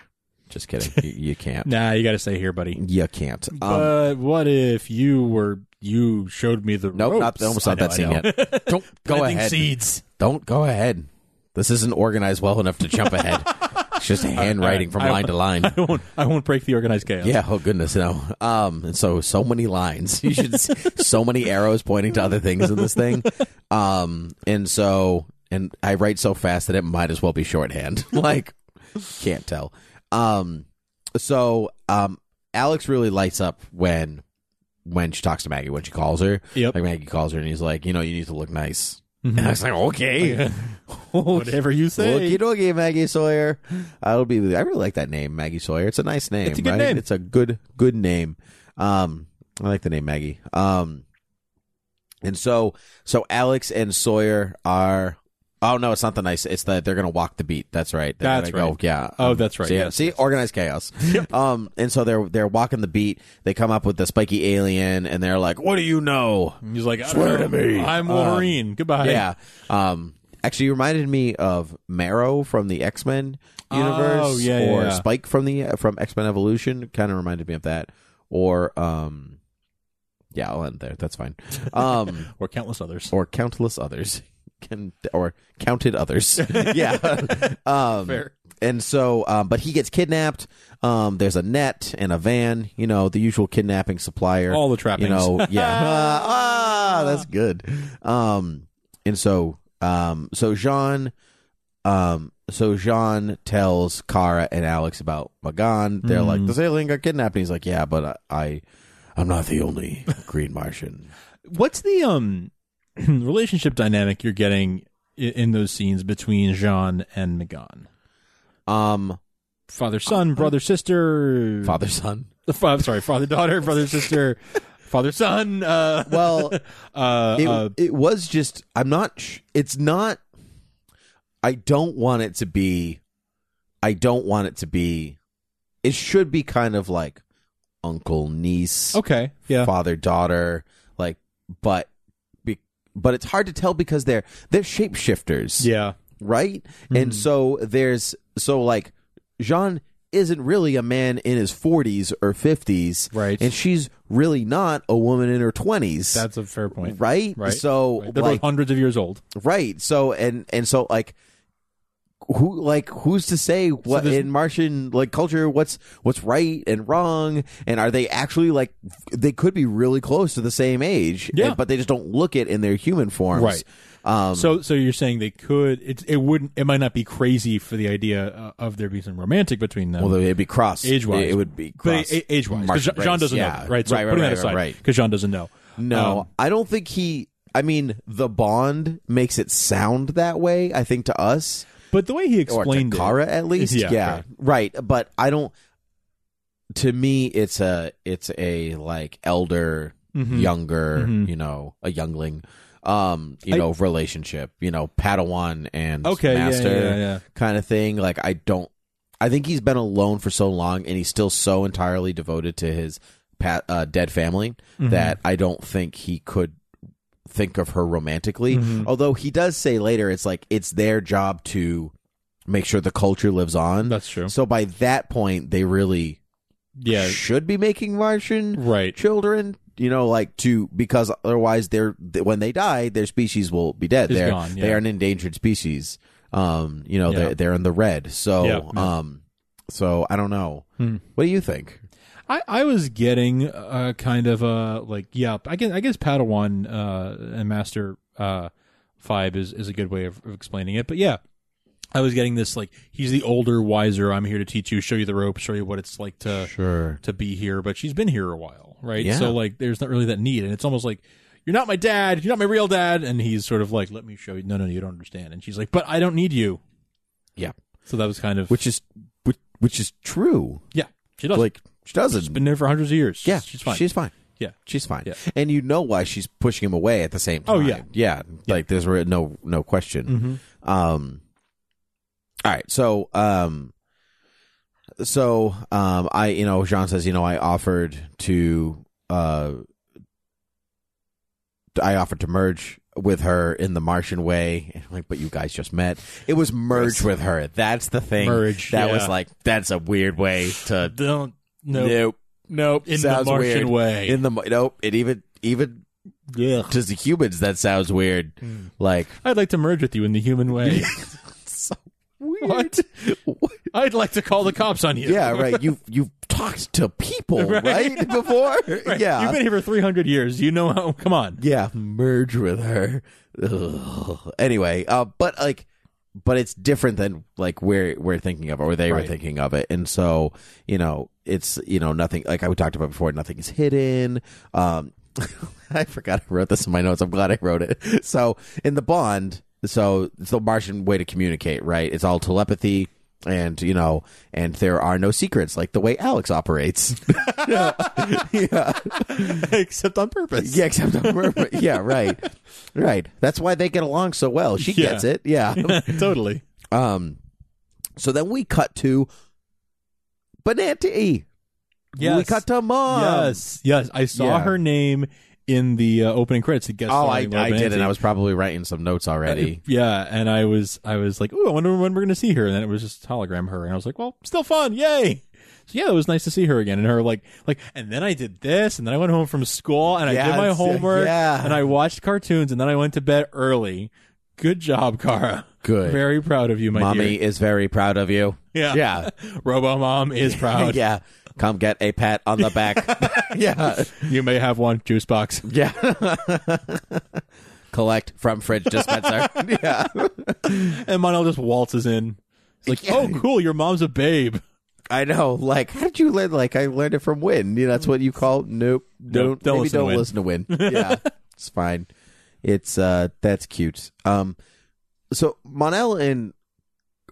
C: just kidding. you, you can't.
B: nah, you gotta stay here, buddy.
C: You can't. Um,
B: but what if you were you showed me the
C: Nope,
B: ropes?
C: not- almost not
B: I know,
C: that
B: I
C: scene
B: know.
C: yet. Don't go
B: Planting
C: ahead.
B: seeds.
C: Don't go ahead. This isn't organized well enough to jump ahead. It's just handwriting from
B: I-
C: line to line.
B: I won't. I won't break the organized chaos.
C: Yeah. Oh goodness, no. Um. And so so many lines. You should see so many arrows pointing to other things in this thing. Um. And so and I write so fast that it might as well be shorthand. like can't tell. Um. So um. Alex really lights up when when she talks to Maggie when she calls her.
B: Yep.
C: Like Maggie calls her and he's like, you know, you need to look nice. And I was like,
B: Oh,
C: okay.
B: Whatever you say.
C: Okie dokie, Maggie Sawyer. I'll be with you. I really like that name, Maggie Sawyer. It's a nice name.
B: It's a good
C: right?
B: name.
C: It's a good, good name. Um, I like the name Maggie. Um, and so, so Alex and Sawyer are. Oh no, it's not the nice. It's the they're gonna walk the beat. That's right. They're
B: That's
C: gonna
B: right.
C: Go, yeah.
B: Oh,
C: Um,
B: that's right.
C: so yeah,
B: Yes,
C: See, organized chaos. Um, and so they're they're walking the beat. They come up with the spiky alien, and they're like, "What do you know?"
B: He's like, I
C: Swear
B: don't
C: to
B: know.
C: me. Uh,
B: I'm Wolverine. Goodbye.
C: Yeah. Um, actually, you reminded me of Marrow from the X Men universe,
B: Oh, yeah, yeah,
C: or
B: yeah.
C: Spike from the from X Men Evolution. Kind of reminded me of that, or um, yeah, I'll end there. That's fine. Um,
B: Or countless others.
C: or countless others can or counted others. yeah. Um,
B: Fair.
C: And so, um, but he gets kidnapped. Um, there's a net and a van. You know the usual kidnapping supplier.
B: All the trappings.
C: You know, yeah. Uh, ah, that's good. Um, and so, um, so Jean, um, so Jean tells Kara and Alex about Magan. They're like, this alien got kidnapped. And he's like, yeah, but I, I I'm not the only Green Martian.
B: What's the um relationship dynamic you're getting i- in those scenes between Jean and Megan?
C: Um,
B: Father, son, brother, sister.
C: father, son.
B: Fa- I'm sorry, father, daughter, brother, sister, father, son. Uh,
C: Well,
B: uh,
C: it,
B: uh,
C: it was just i'm not sh- it's not i don't want it to be i don't want it to be it should be kind of like uncle niece
B: okay, yeah,
C: father daughter like but be, but it's hard to tell because they're they're shapeshifters
B: yeah, Mm-hmm.
C: right? And so there's so like Jean isn't really a man in his 40s or 50s,
B: Right.
C: And she's really not a woman in her 20s,
B: that's a fair point.
C: right?
B: Right.
C: So
B: Right. They're both
C: like Mm-hmm.
B: hundreds of years old.
C: right, so and and so like who like who's to say what
B: there's-
C: in Martian like culture what's what's right and wrong and are they actually like they could be really close to the same age
B: Yeah.
C: and- but they just don't look it in their human forms
B: Right.
C: um,
B: So, so you're saying they could? It, it wouldn't. It might not be crazy for the idea uh, of there being some romantic between them.
C: Well, it'd be cross
B: Age-wise.
C: It would be
B: but
C: cross
B: a- age wise,
C: Martian
B: Jean
C: race,
B: doesn't know,
C: yeah.
B: that, right? So
C: right, right,
B: putting
C: right,
B: that aside,
C: right, right.
B: because Jean doesn't know.
C: No,
B: Um,
C: I don't think he. I mean, the bond makes it sound that way. I think to us
B: but the way he
C: or to
B: explained it,
C: Kara, at least,
B: Yeah,
C: yeah,
B: okay.
C: right. But I don't. To me, it's a it's a like elder,
B: Mhm.
C: younger,
B: Mhm.
C: you know, a youngling, um, you
B: I-
C: know, relationship, you know, Padawan and
B: okay, yeah,
C: master,
B: yeah, yeah,
C: kind of thing. Like I don't. I think he's been alone for so long, and he's still so entirely devoted to his pat, uh, dead family
B: Mm-hmm.
C: that I don't think he could think of her romantically.
B: Mm-hmm.
C: Although he does say later, it's like it's their job to make sure the culture lives on.
B: that's true.
C: so by that point, they really
B: Yeah,
C: should be making Martian
B: right.
C: children. You know, like to because otherwise, they're th- when they die, their species will be dead.
B: Is
C: They're
B: gone, yeah.
C: they are an endangered species. Um, you know,
B: Yeah.
C: they're they're in the red. So,
B: Yeah, yeah.
C: um, so I don't know.
B: Hmm.
C: What do you think?
B: I, I was getting uh, kind of a like yeah I guess I guess Padawan uh, and Master uh, vibe is, is a good way of, of explaining it but yeah I was getting this like he's the older wiser I'm here to teach you show you the ropes show you what it's like to
C: Sure.
B: to be here but she's been here a while right
C: Yeah.
B: so like there's not really that need and it's almost like you're not my dad you're not my real dad and he's sort of like let me show you no no you don't understand and she's like but I don't need you
C: Yeah.
B: so that was kind of
C: Which is which, which is true.
B: yeah she does like
C: Like she doesn't.
B: been there for hundreds of years
C: yeah,
B: she's fine
C: She's fine.
B: yeah
C: She's fine.
B: Yeah.
C: And you know why she's pushing him away at the same time.
B: Oh, yeah. Mm-hmm.
C: Yeah. Like there's re- no no question. Um All right. So, um, so, um, I, you know, Jean says, you know, I offered to, uh, I offered to merge with her in the Martian way. And I'm like, but you guys just met. It was merge with her. That's the thing.
B: Merge,
C: That was
B: yeah.
C: like, that's a weird way to.
B: Don't no
C: Nope.
B: nope in
C: Sounds
B: the Martian
C: weird.
B: way.
C: In the nope. It even even
B: yeah,
C: to the humans that sounds weird. Like
B: I'd like to merge with you in the human way.
C: so weird.
B: What? I'd like to call the cops on you.
C: Yeah, right. You you've talked to people right,
B: Right.
C: before.
B: Right.
C: Yeah,
B: You've been here for 300 years. You know how. Come on.
C: yeah. Merge with her. Ugh. Anyway, uh, but like, but it's different than like we're we're thinking of it, or they were
B: Right.
C: thinking of it, and so you know it's you know nothing like I talked about before. Nothing is hidden. Um, I forgot I wrote this in my notes. I'm glad I wrote it. So in the bond, so it's the Martian way to communicate, right? It's all telepathy. And you know, and there are no secrets like the way Alex operates.
B: Except on purpose.
C: Yeah, except on purpose. yeah, right, right. That's why they get along so well. She
B: Yeah.
C: gets it. Yeah.
B: totally.
C: um. So then we cut to Bananti. We
B: Yes.
C: cut to mom.
B: yes. Yes. I saw
C: Um, Yeah.
B: her name in the uh, opening credits. It guest
C: Oh, I,
B: starring Laura
C: I did, and
B: Benanti.
C: I was probably writing some notes already.
B: Yeah, and I was I was like, ooh, I wonder when we're gonna see her. And then it was just hologram her, and I was like, well, still fun, yay! So yeah, it was nice to see her again. And her like like, and then I did this, and then I went home from school, and I
C: Yes,
B: did my homework,
C: yeah.
B: and I watched cartoons, and then I went to bed early. Good job, Kara.
C: Good.
B: Very proud of you, my
C: Mommy
B: dear.
C: is very proud of you.
B: Yeah,
C: Yeah.
B: Robo mom is proud.
C: yeah. Come get a pat on the back. yeah.
B: You may have one juice box.
C: Yeah. Collect from fridge dispenser. yeah.
B: And Monel just waltzes in. It's like, oh, cool, your mom's a babe.
C: I know. Like, how did you learn? Like, I learned it from Win. You know, that's what you call. Nope. Don't.
B: Mm. Nope, don't
C: maybe
B: listen to
C: don't
B: Wynn.
C: listen to Win. Yeah, it's fine. It's uh, that's cute. Um, so Monel and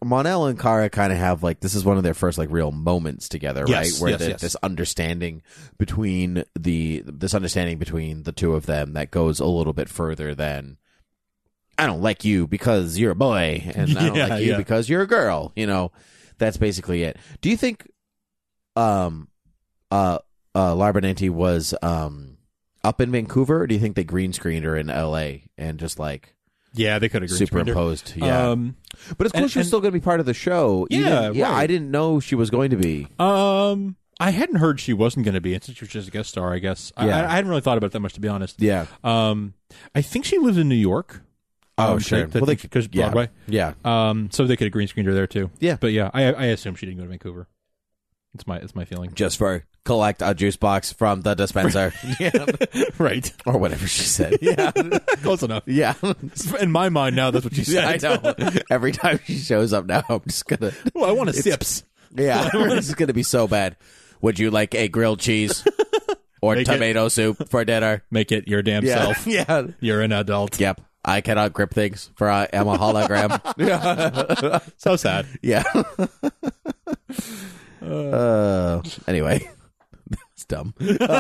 C: Monel and Kara kind of have like this is one of their first like real moments together,
B: Yes,
C: right? Where
B: yes,
C: the-
B: yes.
C: this understanding between the this understanding between the two of them that goes a little bit further than. I don't like you because you're a boy, and I don't
B: Yeah,
C: like you
B: yeah.
C: because you're a girl. You know, that's basically it. Do you think um uh uh Larbonanti was um up in Vancouver or do you think they green screened her in LA and just like
B: Yeah, they could agree.
C: superimposed yeah
B: Um,
C: but it's cool
B: and-
C: she was
B: and-
C: still going to be part of the show
B: Yeah,
C: even- yeah
B: right.
C: I didn't know she was going to be
B: Um, I hadn't heard she wasn't going to be, and since she was just a guest star, I guess I,
C: Yeah.
B: I, I hadn't really thought about it that much, to be honest.
C: yeah
B: Um, I think she lives in New York.
C: Oh,
B: Um,
C: sure.
B: they-
C: Well, they-
B: because
C: yeah
B: Broadway.
C: yeah
B: Um, so they could have green screened her there too.
C: Yeah.
B: but yeah, I, I assume she didn't go to Vancouver. It's my it's my feeling.
C: just for collect a juice box from the dispenser yeah.
B: right,
C: or whatever she said yeah
B: close enough.
C: yeah
B: In my mind now, that's what she said.
C: I know every time she shows up now I'm just gonna
B: Well, I want a sips.
C: yeah this is gonna be so bad would you like a grilled cheese or
B: Make it-
C: tomato soup for dinner
B: Make it your damn
C: yeah
B: self.
C: yeah
B: You're an adult.
C: Yep. I cannot grip things for I am a hologram.
B: So sad.
C: yeah. uh, anyway, that's dumb.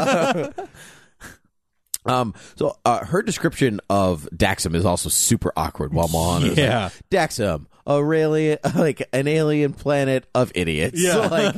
C: um. So uh, her description of Daxum is also super awkward. While Mahan is
B: Yeah.
C: like, Daxum, a really like an alien planet of idiots.
B: Yeah.
C: Like,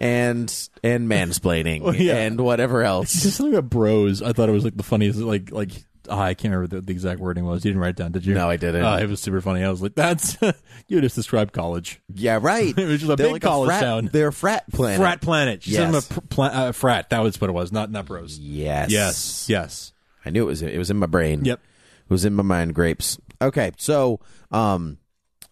C: and and mansplaining
B: yeah.
C: and whatever
B: It's
C: else.
B: just something about bros. I thought it was like the funniest. Like like ah, I can't remember the, the exact wording was. You didn't write it down, did you?
C: No, I didn't.
B: Uh, it was super funny. I was like, that's you just described college.
C: yeah. Right.
B: It was just a
C: They're
B: big
C: like
B: college
C: frat,
B: town.
C: They're a frat planet.
B: Frat planet. She sent him
C: Yes.
B: a pr- pla- uh, frat. That was what it was. Not not bros.
C: Yes.
B: Yes. Yes.
C: I knew it was it was in my brain.
B: Yep.
C: It was in my mind grapes. Okay. So um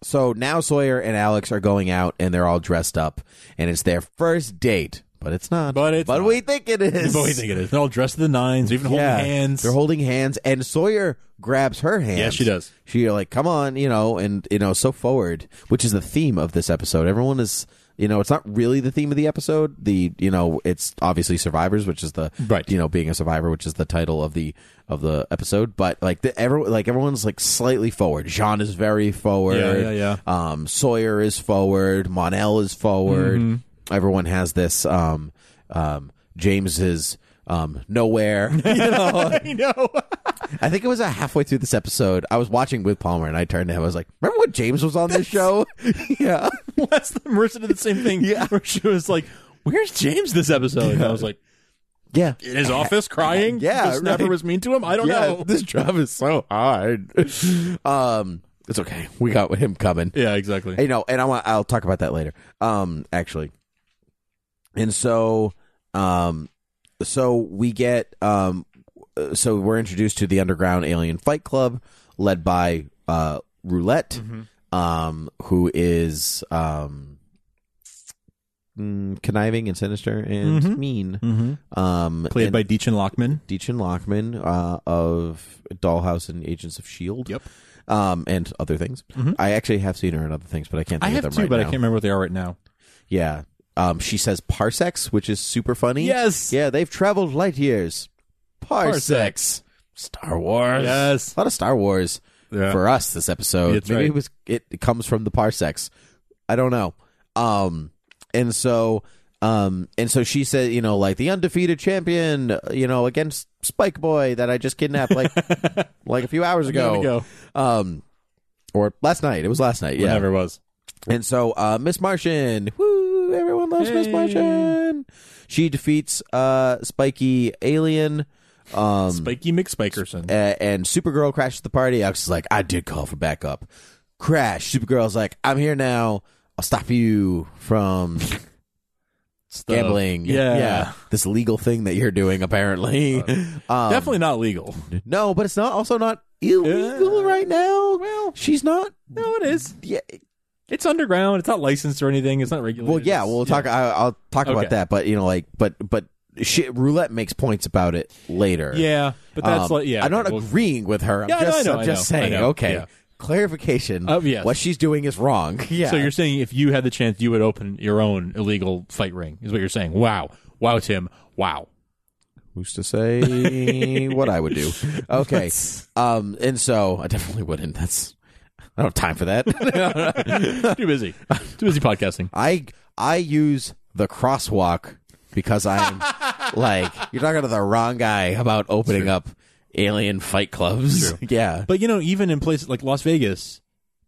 C: so now Sawyer and Alex are going out and they're all dressed up and it's their first date. But it's not.
B: But it's
C: But
B: not.
C: we think it is.
B: But what do you think it is? They're all dressed to the nines. Even holding hands.
C: They're holding hands and Sawyer grabs her hand.
B: Yeah, she does.
C: She like, come on, you know, and you know, so forward, which is the theme of this episode. Everyone is you know, it's not really the theme of the episode. The you know, it's obviously survivors, which is the
B: Right.
C: you know, being a survivor, which is the title of the of the episode. But like the everyone like everyone's like slightly forward. Jean is very forward.
B: Yeah, yeah,
C: Um Sawyer is forward, Monel is forward.
B: Mm-hmm.
C: Everyone has this um um James is um nowhere.
B: I know.
C: I think it was uh halfway through this episode. I was watching with Palmer, and I turned to him. I was like, "Remember when James was on this show?" yeah,
B: Leslie and Marissa did the same thing.
C: Yeah.
B: Where she was like, Where's James this episode? And I was like,
C: yeah,
B: In his office crying?
C: Yeah,
B: Because Snapper
C: right.
B: was mean to him? I don't
C: yeah.
B: know.
C: This job is so hard. um, it's okay. We got him coming.
B: Yeah, exactly.
C: you know, and I want I'll talk about that later. Um, actually, and so, um, so we get um, uh, so we're introduced to the underground alien fight club led by uh Roulette,
B: Mm-hmm.
C: um, who is um mm, conniving and sinister and
B: Mhm.
C: mean.
B: Mm-hmm.
C: Um,
B: Played
C: and
B: by Deachin Lockman.
C: Deachin Lockman uh, of Dollhouse and Agents of Shield.
B: Yep.
C: E Um, and other things.
B: Mhm.
C: I actually have seen her in other things, but I can't. Think
B: I
C: of
B: have
C: them
B: two,
C: right
B: but I
C: now.
B: can't remember what they are right now.
C: Yeah. Um, she says parsecs, which is super funny.
B: Yes.
C: Yeah, they've traveled light years. Parsecs. Star Wars.
B: Yes.
C: A lot of Star Wars
B: Yeah.
C: for us this episode.
B: That's
C: Maybe
B: right.
C: it was it, it comes from the parsecs. I don't know. Um, and so, um, and so she said, you know, like the undefeated champion, uh, you know, against Spike Boy that I just kidnapped like like a few hours
B: There
C: ago.
B: we go.
C: Um, or last night. It was last night. Yeah.
B: Whatever it was.
C: And so uh, Miss Martian, woo! Everyone loves Miss
B: Hey.
C: Martian. She defeats uh, Spiky Alien, um,
B: Spiky McSpikerson.
C: a- and Supergirl crashes the party. Alex is like, "I did call for backup." Crash. Supergirl's like, "I'm here now. I'll stop you from
B: Stuff.
C: gambling.
B: Yeah.
C: this legal thing that you're doing apparently. um,
B: Uh, Definitely not legal.
C: no, but it's not. Also not illegal
B: Yeah.
C: right now.
B: Well,
C: She's not.
B: no, it is.
C: Yeah,
B: It's underground. It's not licensed or anything. It's not regulated.
C: Well, yeah,
B: It's-
C: we'll talk. I, I'll talk about
B: Okay.
C: that, but you know, like, but but shit, roulette makes points about it later.
B: Yeah, but that's
C: Um,
B: like yeah.
C: I'm not
B: okay, well,
C: agreeing with her. I'm
B: Yeah, I know,
C: just,
B: I know,
C: I'm
B: I
C: just
B: know, I
C: saying.
B: know,
C: Okay,
B: yeah.
C: clarification.
B: Oh, yes.
C: What she's doing is wrong. Yeah.
B: So you're saying if you had the chance, you would open your own illegal fight ring? Is what you're saying? Wow, wow, Tim, wow.
C: who's to say what I would do? Okay. um, and so I definitely wouldn't. That's I don't have time for that.
B: Too busy. Too busy podcasting.
C: I I use the crosswalk because I'm like you're talking to the wrong guy about opening up alien fight clubs. Yeah.
B: But you know, even in places like Las Vegas,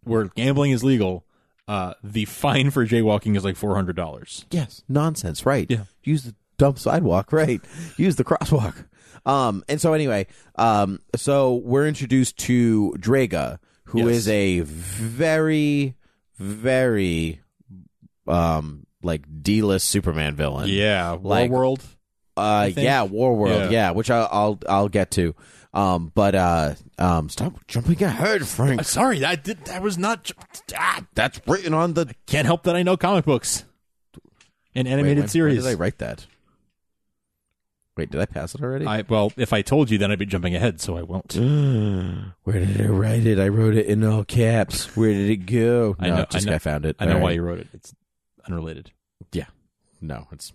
B: where gambling is legal, uh, the fine for jaywalking is like four hundred dollars.
C: Yes. Nonsense, right?
B: Yeah.
C: Use the dumb sidewalk, right? Use the crosswalk. Um and so anyway, um so we're introduced to Draga, who
B: Yes.
C: is a very very um like D-list Superman villain.
B: Yeah,
C: Like-
B: War World.
C: Uh,
B: think.
C: yeah, War World, yeah,
B: Yeah.
C: which I, I'll I'll get to. Um, but uh, um, stop jumping ahead, Frank.
B: Uh, Sorry, that did, that was not. Ah,
C: That's written on the
B: can't help that I know comic books and
C: Wait,
B: animated
C: when-
B: series.
C: When did I write that? Wait, did I pass it already?
B: I well, if I told you, then I'd be jumping ahead, so I won't.
C: Where did I write it? I wrote it in all caps. Where did it go?
B: I
C: no,
B: know-
C: just
B: I know-
C: found it.
B: I know
C: All
B: why
C: right.
B: you wrote it. It's unrelated.
C: No, it's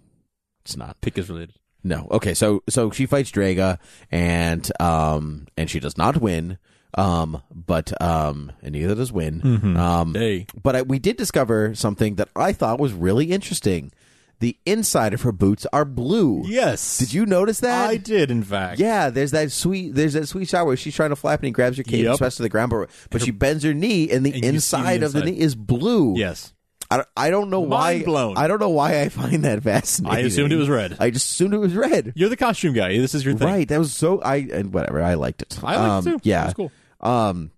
C: it's not.
B: Pick is related.
C: No. Okay, so so she fights Draga and um and she does not win. Um, but um, and neither does Win. Um,
B: Mm-hmm. Hey,
C: but I, we did discover something that I thought was really interesting. The inside of her boots are blue.
B: yes.
C: Did you notice that?
B: I did, in fact.
C: yeah, there's that sweet there's that sweet shot where she's trying to flap and he grabs her cape and
B: Yep.
C: smashes to the ground, but, but she bends her knee and the
B: And you see the
C: inside of the
B: inside.
C: knee is blue.
B: Yes.
C: I, don't- I don't know why.
B: Mind blown.
C: I don't know why I find that fascinating.
B: I assumed it was red.
C: I just assumed it was red.
B: You're the costume guy. This is your thing.
C: Right. That was so. I and whatever. I liked it.
B: I liked it
C: Um,
B: too.
C: Yeah.
B: It was cool.
C: Um,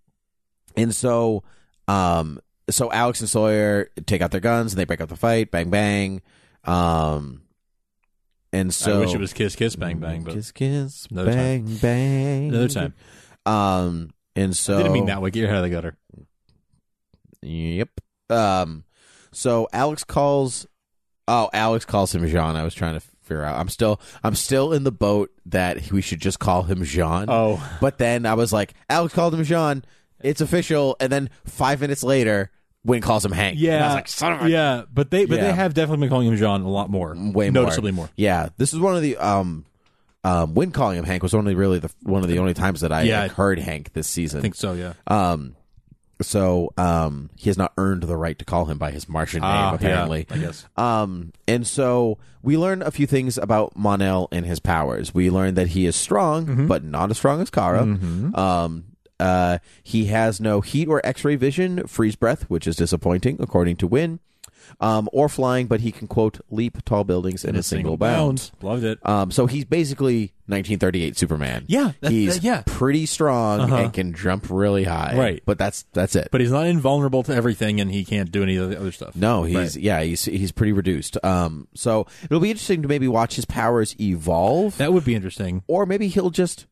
C: and so, um, so Alex and Sawyer take out their guns and they break up the fight. Bang bang. Um, and so
B: I wish it was kiss, kiss, bang, bang, but
C: kiss kiss
B: Another
C: bang
B: time.
C: bang
B: another time.
C: Um, and so
B: Didn't mean that way. Get your head out of the gutter.
C: Yep. Um, so Alex calls. Oh, Alex calls him Jean. I was trying to figure out. I'm still I'm still in the boat that we should just call him Jean.
B: Oh,
C: But then I was like, Alex called him Jean. It's official. And then five minutes later, Wynn calls him Hank.
B: yeah.
C: And I was like, son of a.
B: yeah, but they but
C: Yeah. Mm,
B: they have definitely been calling him Jean a lot more,
C: Way more.
B: noticeably more.
C: Yeah. This is one of the um, um, Wynn calling him Hank was only really the one of the only times that I
B: Yeah.
C: like, heard Hank this season.
B: I think so. Yeah.
C: Um, so um, he has not earned the right to call him by his Martian name,
B: Ah, yeah,
C: apparently.
B: I guess.
C: Um, and so we learn a few things about Monel and his powers. We learn that he is strong,
B: Mm-hmm.
C: but not as strong as Kara. Um, uh, he has no heat or X-ray vision, freeze breath, which is disappointing, according to Win, um, or flying, but he can quote leap tall buildings in, a single, bound.
B: Loved it.
C: Um, so he's basically 1938 Superman.
B: Yeah, that-
C: he's
B: that- yeah. Uh-huh.
C: pretty strong and can jump really high.
B: Right.
C: but that's that's it.
B: but he's not invulnerable to everything, and he can't do any of the other stuff.
C: No, he's yeah, he's he's pretty reduced. Um, so it'll be interesting to maybe watch his powers evolve,
B: That would be interesting.
C: or maybe he'll just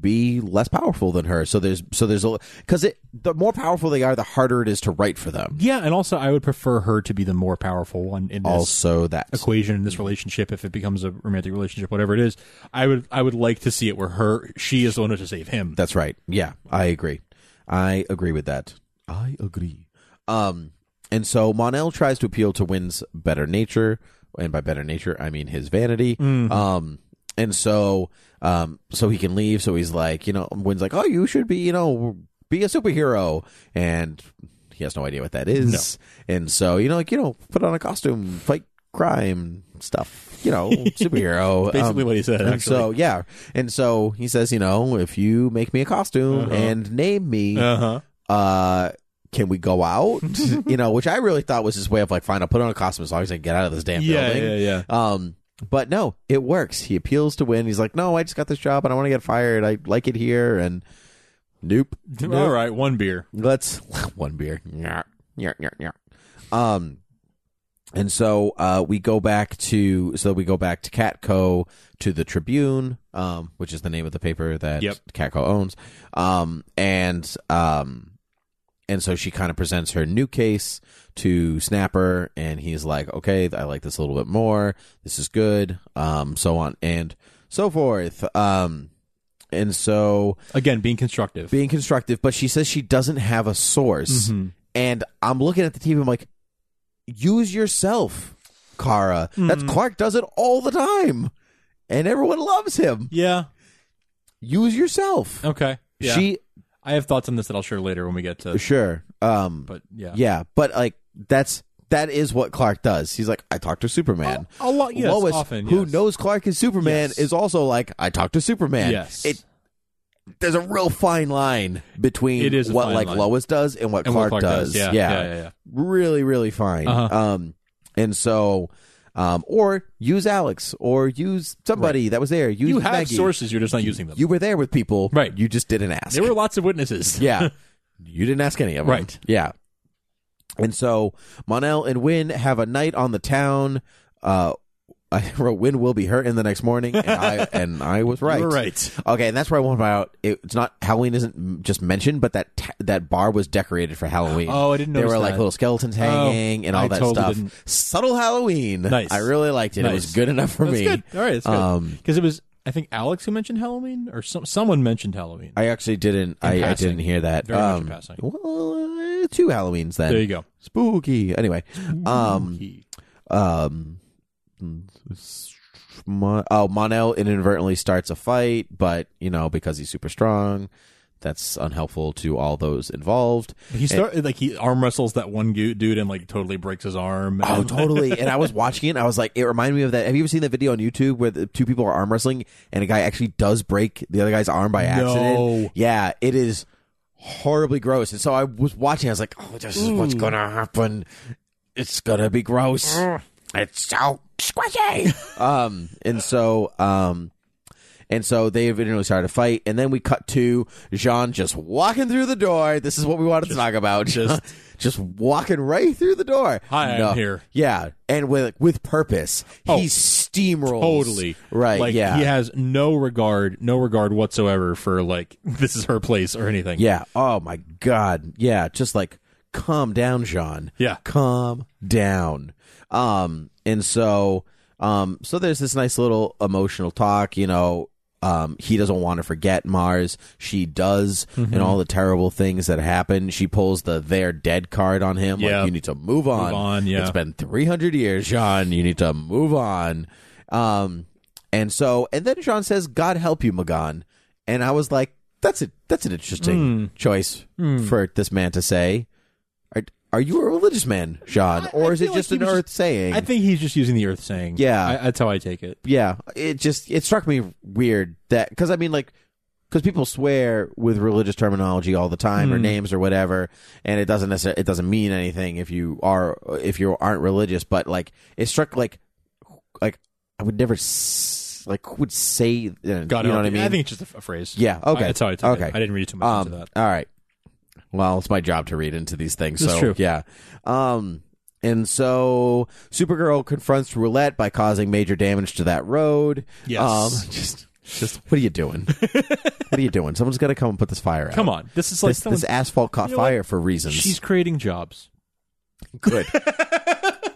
C: be less powerful than her. So there's so there's a because it the more powerful they are, the harder it is to write for them.
B: Yeah, and also I would prefer her to be the more powerful one in this
C: Also, that
B: equation in this relationship. If it becomes a romantic relationship, whatever it is, I would I would like to see it where her she is the one who has to save him.
C: That's right. Yeah, I agree. I agree with that. I agree. Um, and so Monel tries to appeal to Wynn's better nature, and by better nature, I mean his vanity.
B: Mm.
C: Um, and so, um, so he can leave. So he's like, you know, Wynn's like, oh, you should be, you know, be a superhero, and he has no idea what that is. And so, you know, like, you know, put on a costume, fight crime stuff, you know, superhero.
B: Basically
C: Um,
B: what he said,
C: and
B: actually.
C: So Oh yeah, and so he says, you know, if you make me a costume
B: Uh-huh.
C: and name me, uh
B: huh.
C: can we go out? you know, which I really thought was his way of like, fine, I'll put on a costume as long as I can get out of this damn
B: Yeah,
C: building.
B: yeah, yeah.
C: Um, but no, it works. He appeals to win. He's like, no, I just got this job and I want to get fired. I like it here, and nope.
B: All right, one beer.
C: Let's one beer. Nyah, nyah, nyah, nyah. Um, and so uh, we go back to so we go back to Catco to the Tribune, um, which is the name of the paper that
B: Yep.
C: Catco owns. Um, and um, and so she kind of presents her new case to Snapper, and he's like, "Okay, I like this a little bit more. This is good." Um, so on and so forth. Um, and so
B: Again, being constructive.
C: being constructive, but she says she doesn't have a source.
B: Mm-hmm.
C: And I'm looking at the TV, I'm like, use yourself, Kara. That's
B: Mm.
C: Clark does it all the time. And everyone loves him.
B: yeah.
C: Use yourself.
B: Okay. Oh, Yeah.
C: She
B: I have thoughts on this that I'll share later when we get to.
C: sure. Um
B: But yeah.
C: yeah, but like that's that is what Clark does. He's like, I talk to Superman.
B: A lot. Oh, Yes.
C: Lois,
B: often.
C: who
B: yes.
C: knows Clark is Superman,
B: Yes.
C: is also like, I talk to Superman.
B: Yes.
C: It there's a real fine line between
B: It is a
C: what
B: fine
C: like
B: line.
C: Lois does and what
B: And
C: Clark,
B: what Clark does. Yeah. Yeah. Yeah. yeah.
C: really really fine
B: Uh-huh.
C: um and so um or use alex or use somebody that was there use
B: You have
C: Maggie.
B: sources. You're just not using them.
C: you were there with people
B: Right.
C: you just didn't ask
B: there were lots of witnesses.
C: yeah you didn't ask any of them
B: Right.
C: yeah and so monel and win have a night on the town uh I wrote, "Win will be hurt in the next morning," and I and I was right.
B: You were right.
C: Okay, and that's where I want about. It, it's not Halloween isn't just mentioned, but that ta- that bar was decorated for Halloween.
B: Oh, I didn't
C: There
B: notice
C: were like
B: that. Oh,
C: little skeletons hanging and all
B: I
C: that
B: totally
C: stuff.
B: didn't.
C: Subtle Halloween.
B: Nice.
C: I really liked it. It was
B: Nice.
C: good enough for
B: That's
C: me.
B: good. All right. That's good.
C: Um,
B: Because it was, I think, Alex who mentioned Halloween, or some, someone mentioned Halloween.
C: I actually didn't.
B: In
C: I, I
B: passing.
C: didn't hear that. Um,
B: Very much in passing.
C: Well, uh, two Halloweens then.
B: there you go.
C: Spooky. Anyway, um,
B: He-
C: um, Mon- oh, Monel inadvertently starts a fight, but you know because he's super strong, that's unhelpful to all those involved.
B: he started like he arm wrestles that one gu- dude and like totally breaks his arm.
C: Oh,
B: and-
C: totally. And I was watching it. And I was like, it reminded me of that. Have you ever seen that video on YouTube where the two people are arm wrestling and a guy actually does break the other guy's arm by accident?
B: No.
C: Yeah, it is horribly gross. And so I was watching. I was like, oh, this is what's gonna happen. It's gonna be gross. It's so squishy. um, and so, um. And so they eventually started a fight, and then we cut to Jean just walking through the door. This is what we wanted to talk about. Just, just walking right through the door.
B: Hi, I'm here.
C: Yeah, and with with purpose.
B: Oh,
C: he steamrolls
B: totally
C: right.
B: Like
C: yeah,
B: he has no regard, no regard whatsoever for like this is her place or anything.
C: yeah. Oh my god. Yeah, just like calm down, Jean.
B: Yeah.
C: calm down. Um, and so, um, so there's this nice little emotional talk. You know, um, he doesn't want to forget Mars. She does,
B: Mm-hmm.
C: and all the terrible things that happen. She pulls the "they're dead" card on him.
B: Yeah.
C: Like you need to move on.
B: on, yeah.
C: It's been 300 years, Jean. You need to move on. Um, and so, and then Jean says, "God help you, Magan," and I was like. that's a that's an interesting choice
B: Hmm.
C: for this man to say. Are, are you a religious man, Sean, or
B: I
C: is it
B: feel like
C: just
B: he
C: an
B: was
C: earth
B: just-
C: saying?
B: I think he's just using the Earth saying.
C: Yeah.
B: I, that's how I take it.
C: yeah, it just it struck me weird that because I mean like because people swear with religious terminology all the time
B: Hmm.
C: or names or whatever, and it doesn't necessarily it doesn't mean anything if you are if you aren't religious, but like it struck like like I would never s- like who would say uh,
B: Got
C: you
B: it.
C: know what I mean?
B: I think it's just a, f- a phrase.
C: yeah, okay,
B: I, that's how I took
C: okay.
B: it. I didn't read too much
C: Um,
B: into that.
C: All right. Well, it's my job to read into these things.
B: That's
C: so
B: true.
C: yeah. Um and so Supergirl confronts Roulette by causing major damage to that road.
B: Yes.
C: Um just just what are you doing? what are you doing? Someone's got to come and put this fire out.
B: Come on. This is like
C: This,
B: someone,
C: this asphalt caught
B: You know what?
C: fire for reasons.
B: she's creating jobs.
C: good.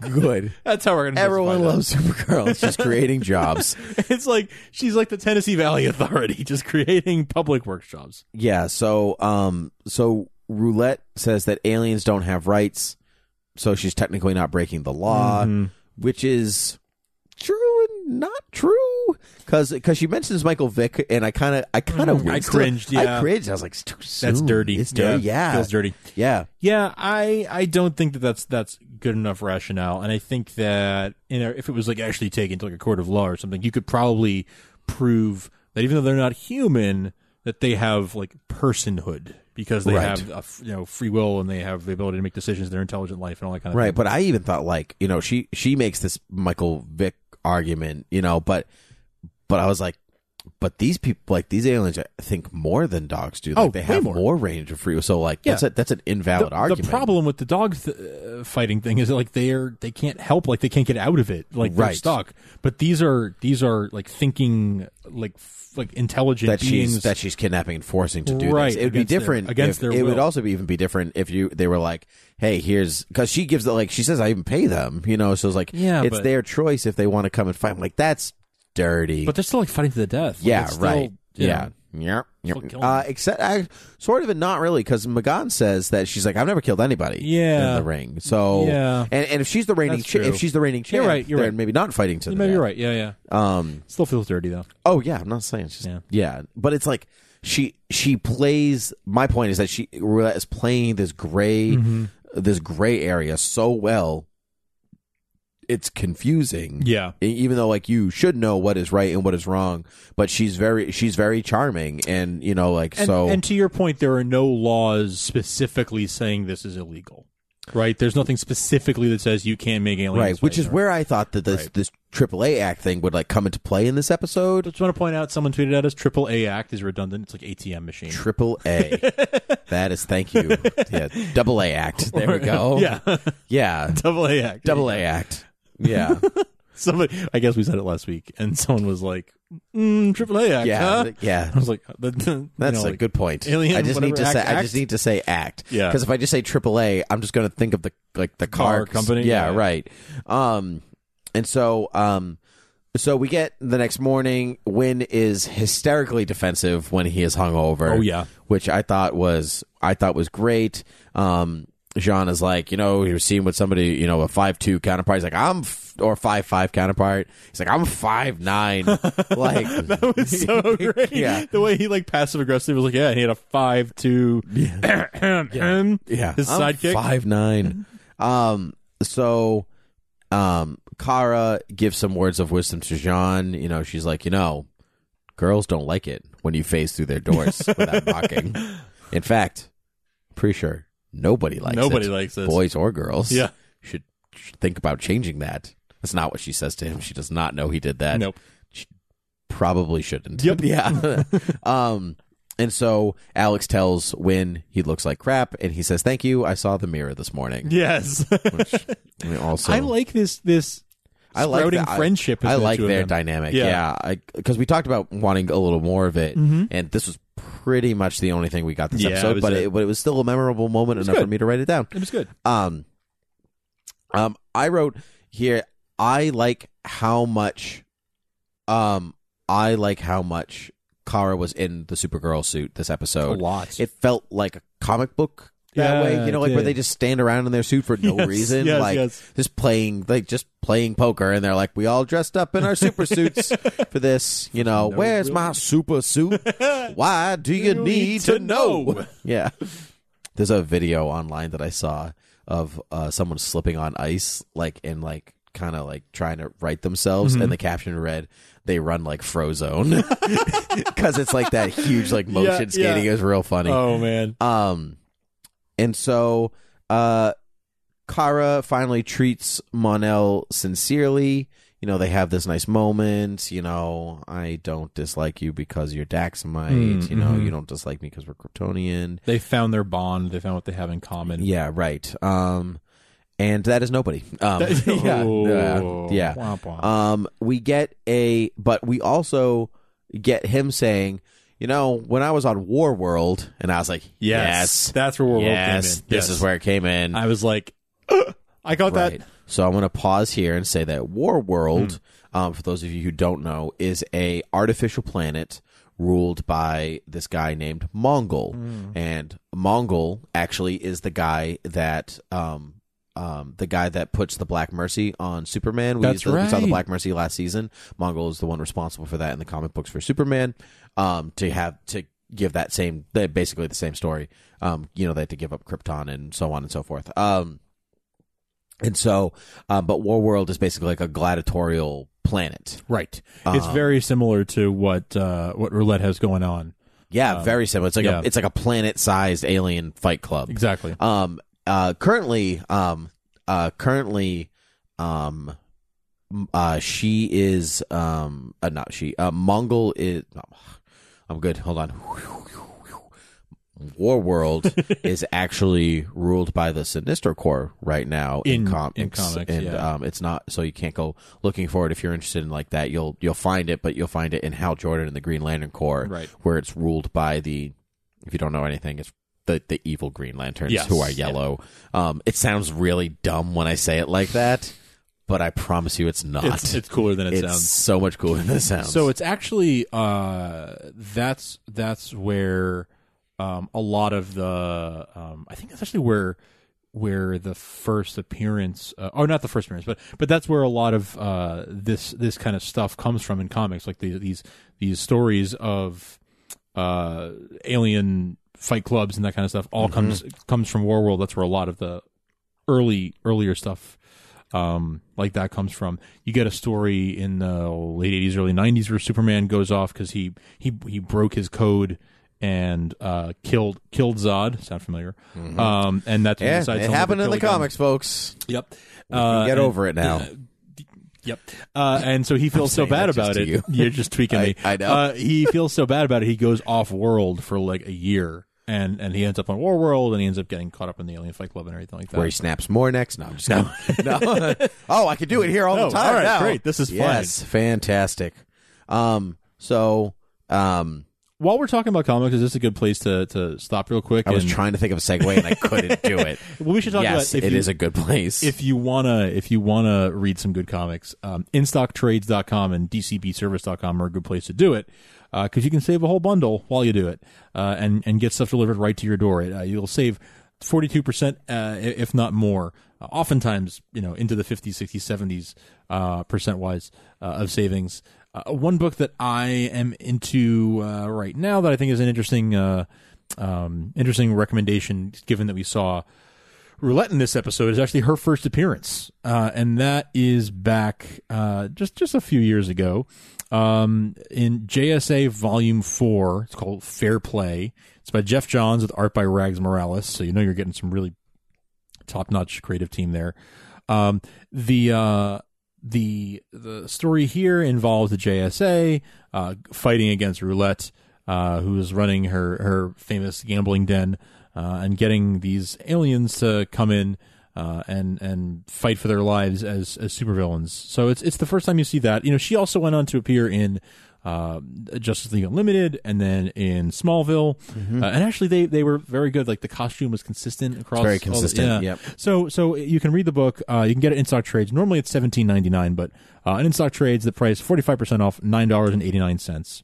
C: good.
B: That's how we're going to
C: Everyone loves Supergirl. She's creating jobs.
B: It's like she's like the Tennessee Valley Authority, just creating public workshops.
C: Yeah, so um so Roulette says that aliens don't have rights, so she's technically not breaking the law,
B: Mm-hmm.
C: which is true and not true cuz cuz she mentions Michael Vick and I kind of I kind of
B: Mm, I cringed, yeah.
C: I cringed. I was like it's too soon.
B: That's dirty.
C: It's dirty. Yeah.
B: feels dirty.
C: Yeah.
B: Yeah, I I don't think that that's that's good enough rationale, and I think that you know if it was like actually taken to like a court of law or something, you could probably prove that even though they're not human, that they have like personhood because they
C: Right.
B: have a f you know free will and they have the ability to make decisions, their intelligent life, and all that kind of
C: Right, but I even thought like, you know, she she makes this Michael Vick argument, you know, but but I was like but these people, like these aliens, I think more than dogs do. Like
B: Oh,
C: they
B: way
C: have
B: more.
C: range of free. will. So like,
B: Yeah.
C: that's a, that's an invalid
B: the,
C: argument.
B: The problem with the dog th- uh, fighting thing is that, like they're they can't help like they can't get out of it like they're
C: Right.
B: stuck. But these are these are like thinking like f- like intelligent
C: that
B: beings.
C: she's that she's kidnapping and forcing to do
B: Right,
C: this. It would be
B: against their-
C: different
B: against
C: if-
B: their
C: It would
B: will.
C: also be even be different if you they were like, "Hey, here's because she gives the like she says I even pay them," you know. So it's like,
B: Yeah,
C: it's
B: but-
C: their choice if they want to come and fight. I'm like, that's dirty.
B: but they're still like fighting to the death. Like,
C: yeah,
B: it's still,
C: right.
B: you
C: yeah.
B: know,
C: Yep.
B: Still
C: yep.
B: killing
C: Uh, except, I, sort of, and not really, because Magan says that she's like, I've never killed anybody.
B: Yeah.
C: in the ring. So,
B: Yeah.
C: and, and if she's the reigning,
B: That's
C: cha- if
B: true.
C: she's the reigning champ,
B: You're right, you're
C: then
B: right.
C: maybe not fighting to the
B: Maybe
C: death.
B: you're right. Yeah, yeah.
C: Um,
B: Still feels dirty though.
C: Oh yeah, I'm not saying she's yeah.
B: Yeah.
C: but it's like she she plays. My point is that she Roulette is playing this gray
B: Mm-hmm.
C: this gray area so well. It's confusing.
B: Yeah.
C: E- Even though like you should know what is right and what is wrong, but she's very she's very charming and you know like
B: And,
C: so
B: and to your point, there are no laws specifically saying this is illegal. Right? There's nothing specifically that says you can't make aliens.
C: right, which
B: fight
C: is
B: or-
C: where I thought that this
B: Right.
C: this AAA act thing would like come into play in this
B: I
C: episode.
B: just want to point out someone tweeted at us triple A act is redundant. It's like ATM machine.
C: Triple A, that is thank you. Yeah, double A act. There we go.
B: yeah.
C: yeah.
B: Double A act.
C: Double A act. Yeah,
B: Somebody, I guess we said it last week, and someone was like, mm, "Triple A act."
C: yeah,
B: huh?
C: th- yeah.
B: I was like, the- the-
C: That's
B: you know,
C: a
B: like,
C: good point.
B: alien,
C: I just need to
B: whatever,
C: say.
B: act-
C: I just
B: act?
C: need to say act.
B: Yeah.
C: Because if I just say AAA, I'm just going to think of the like the car,
B: Car company?
C: Yeah,
B: Yeah.
C: Right. Um. And so um. So we get the next morning. Win is hysterically defensive when he is hungover.
B: Oh, yeah.
C: which I thought was I thought was great. Um, Jean is like, you know, you're seeing with somebody, you know, a five two counterpart. He's like, I'm f- or five five counterpart. He's like, I'm five nine. like
B: That was so great.
C: Yeah.
B: The way he like passive aggressive was like, yeah, and he had a five two. Yeah.
C: Yeah,
B: His sidekick.
C: five nine. um, so, um, Kara gives some words of wisdom to Jean. You know, she's like, you know, girls don't like it when you phase through their doors without knocking. In fact, pretty sure nobody likes
B: Nobody
C: it.
B: likes this.
C: boys or girls.
B: Yeah.
C: should should think about changing that. That's not what she says to him. She does not know he did that
B: Nope.
C: probably shouldn't.
B: Yep.
C: Yeah. um, and so Alex tells Win he looks like crap, and he says, "Thank you. I saw the mirror this morning."
B: Yes.
C: And Also,
B: I like this this
C: I like
B: sprouting
C: that- I-
B: friendship.
C: I
B: between the
C: like
B: two of
C: their
B: them.
C: dynamic.
B: Yeah. Mm-hmm.
C: Yeah, because we talked about wanting a little more of it, and this was pretty much the only thing we got this
B: Yeah, it
C: episode.
B: was
C: But
B: it.
C: it, but it was still a memorable moment enough for
B: good.
C: me to write it down.
B: It was good.
C: Um, um, I wrote here. I like how much, um, I like how
B: Oh.
C: much Kara was in the Supergirl suit this episode.
B: lot.
C: It felt like a comic book that
B: Yeah,
C: way. You know,
B: it
C: like where
B: did.
C: they just stand around in their suit for no
B: Yes,
C: reason,
B: yes,
C: like
B: yes.
C: just playing, like just playing poker, and they're like, we all dressed up in our super suits for this. You know, where's my super suit? Why do you, need, to, know? yeah, there's a video online that I saw of uh, someone slipping on ice, like and like kind of like trying to right themselves,
B: Mm-hmm.
C: and the caption read. They run like Frozone because it's like that huge like motion
B: yeah.
C: skating. It was real funny.
B: Oh man.
C: Um, and so, uh, Kara finally treats Monel sincerely. You know, they have this nice moment. You know, I don't dislike you because you're Daxamite.
B: Mm,
C: you know,
B: mhm.
C: you don't dislike me because we're Kryptonian.
B: They found their bond. They found what they have in common.
C: Yeah, right. Um, and that is nobody. Um,
B: Oh.
C: yeah, yeah.
B: Womp womp.
C: Um, we get a, but we also get him saying, you know, when I was on War World, and I was like, yes,
B: That's where World
C: yes,
B: came in. Yes.
C: this is where it came in.
B: I was like, "Ugh, I got
C: right.
B: that.
C: So I'm going to pause here and say that War World,
B: Hmm.
C: um, for those of you who don't know, is a artificial planet ruled by this guy named Mongol,
B: Hmm.
C: and Mongol actually is the guy that. Um, um, the guy that puts the Black Mercy on Superman. We,
B: That's
C: used to- we saw the
B: right.
C: Black Mercy last season. Mongol is the one responsible for that in the comic books for Superman. Um, to have to give that same, they're basically the same story. Um, you know, they had to give up Krypton and so on and so forth. Um, and so, um, but War World is basically like a gladiatorial planet.
B: Right. it's very similar to what uh, what Roulette has going on.
C: Yeah, very similar. It's like
B: Uh, yeah.
C: a it's like a planet sized alien fight club.
B: Exactly.
C: Um, uh, currently, um, uh, currently, um, m- uh, she is um, uh, not she. Uh, Mongol is. I'm good. Hold on. War World is actually ruled by the Sinistro Corps right now in,
B: In-
C: comics,
B: in comics,
C: and
B: yeah.
C: um, it's not so you can't go looking for it if you're interested in like that. You'll you'll find it, but you'll find it in Hal Jordan and the Green Lantern Corps,
B: Right.
C: Where it's ruled by the if you don't know anything, it's the the evil Green Lanterns
B: Yes,
C: who are
B: yeah.
C: yellow. Um, it sounds really dumb when I say it like that, but I promise you, it's not.
B: It's, it's cooler than it
C: It's
B: sounds.
C: so much cooler than it sounds.
B: So it's actually uh, that's that's where um, a lot of the um, I think that's actually where where the first appearance uh, or not the first appearance but but that's where a lot of uh, this this kind of stuff comes from in comics like the, these these stories of uh, alien fight clubs and that kind of stuff all
C: Mm-hmm.
B: comes comes from War World that's where a lot of the early earlier stuff um, like that comes from. You get a story in the late '80s, early '90s where Superman goes off because he he he broke his code and uh, killed killed Zod. Sound familiar? Um, and that's when he
C: Mm-hmm. yeah,
B: decides
C: it
B: to
C: happened in
B: kill
C: the
B: again.
C: comics, folks.
B: Yep.
C: You
B: Uh,
C: can Get
B: and-
C: over it now.
B: Yep. Uh, and so he feels so
C: saying
B: bad
C: that just
B: about
C: to
B: it.
C: you.
B: You're just tweaking
C: I-
B: me.
C: I know.
B: Uh, he feels so bad about it. He goes off world for like a year, and and he ends up on War World, and he ends up getting caught up in the Alien Fight Club and everything like that.
C: Where he snaps more necks. No, I'm just no. no. oh, I can do it here all
B: No,
C: the time.
B: all right,
C: now.
B: great. This is fine.
C: yes, fantastic. Um, so um,
B: while we're talking about comics, is this a good place to, to stop real quick?
C: I was
B: and-
C: trying to think of a segue and I couldn't do it.
B: Well, we should talk
C: yes,
B: about
C: it
B: if
C: is
B: you,
C: a good place.
B: if you wanna if you wanna read some good comics, um, InStockTrades.com and DCBService.com are a good place to do it because you can save a whole bundle while you do it uh, and and get stuff delivered right to your door. It, uh, you'll save forty two percent, uh, if not more. Uh, oftentimes, you know, into the 50s, 60s, 70s uh, percent wise uh, of savings. Uh, one book that I am into uh, right now that I think is an interesting, uh, um, interesting recommendation, given that we saw roulette in this episode is actually her first appearance, uh, and that is back uh, just just a few years ago um, in JSA Volume Four. It's called Fair Play. It's by Jeff Johns with art by Rags Morales. So you know you're getting some really top notch creative team there. Um, the uh, the the story here involves the JSA uh, fighting against Roulette, uh, who is running her her famous gambling den, uh, and getting these aliens to come in. Uh, and and fight for their lives as as supervillains. So it's it's the first time you see that. You know, she also went on to appear in uh, Justice League Unlimited, and then in Smallville. Uh, and actually, they they were very good. Like the costume was consistent across.
C: very
B: all the-
C: consistent,
B: yeah.
C: yep.
B: So so you can read the book. Uh, you can get it in stock trades. Normally it's seventeen ninety nine, but uh, in stock trades the price forty five percent off nine dollars and eighty nine cents.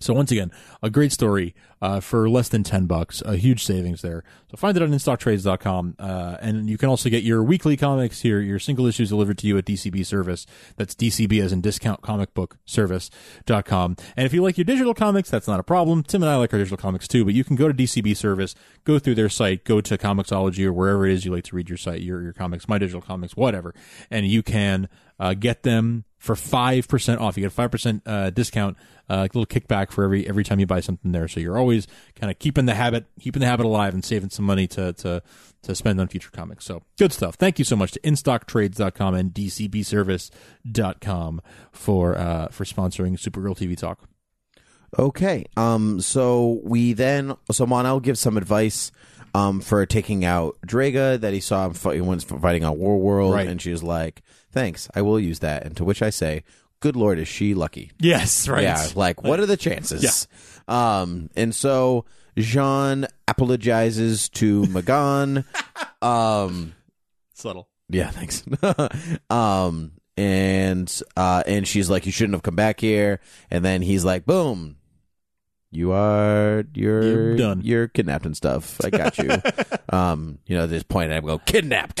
B: So once again, a great story. uh, for less than 10 bucks. A huge savings there. So find it on instocktrades.com. Uh, and you can also get your weekly comics here, your single issues delivered to you at DCB service. That's DCB as in discount comic book service.com. And if you like your digital comics, that's not a problem. Tim and I like our digital comics too, but you can go to DCB service, go through their site, go to Comixology or wherever it is you like to read your site, your, your comics, my digital comics, whatever. And you can uh, get them for five percent off. You get a five percent uh, discount, uh, like a little kickback for every every time you buy something there. So you're always kind of keeping the habit, keeping the habit alive, and saving some money to to to spend on future comics. So good stuff. Thank you so much to InStockTrades.com and DCBService.com for uh, for sponsoring Supergirl TV Talk.
C: Okay. Um. So we then so Monel gives some advice, um, for taking out Draga that he saw him fight, when he was fighting on War World,
B: Right.
C: and she was like, "Thanks, I will use that." And to which I say, "Good lord, is she lucky?"
B: Yes, right.
C: Yeah. Like, what are the chances? Yeah. Um. And so Jean apologizes to Magan. um.
B: Subtle.
C: Yeah, thanks. um, and uh, and she's like, "You shouldn't have come back here." And then he's like, "Boom, you are you're,
B: You're done.
C: You're kidnapped and stuff. I got you." um, you know, at this point, I go kidnapped.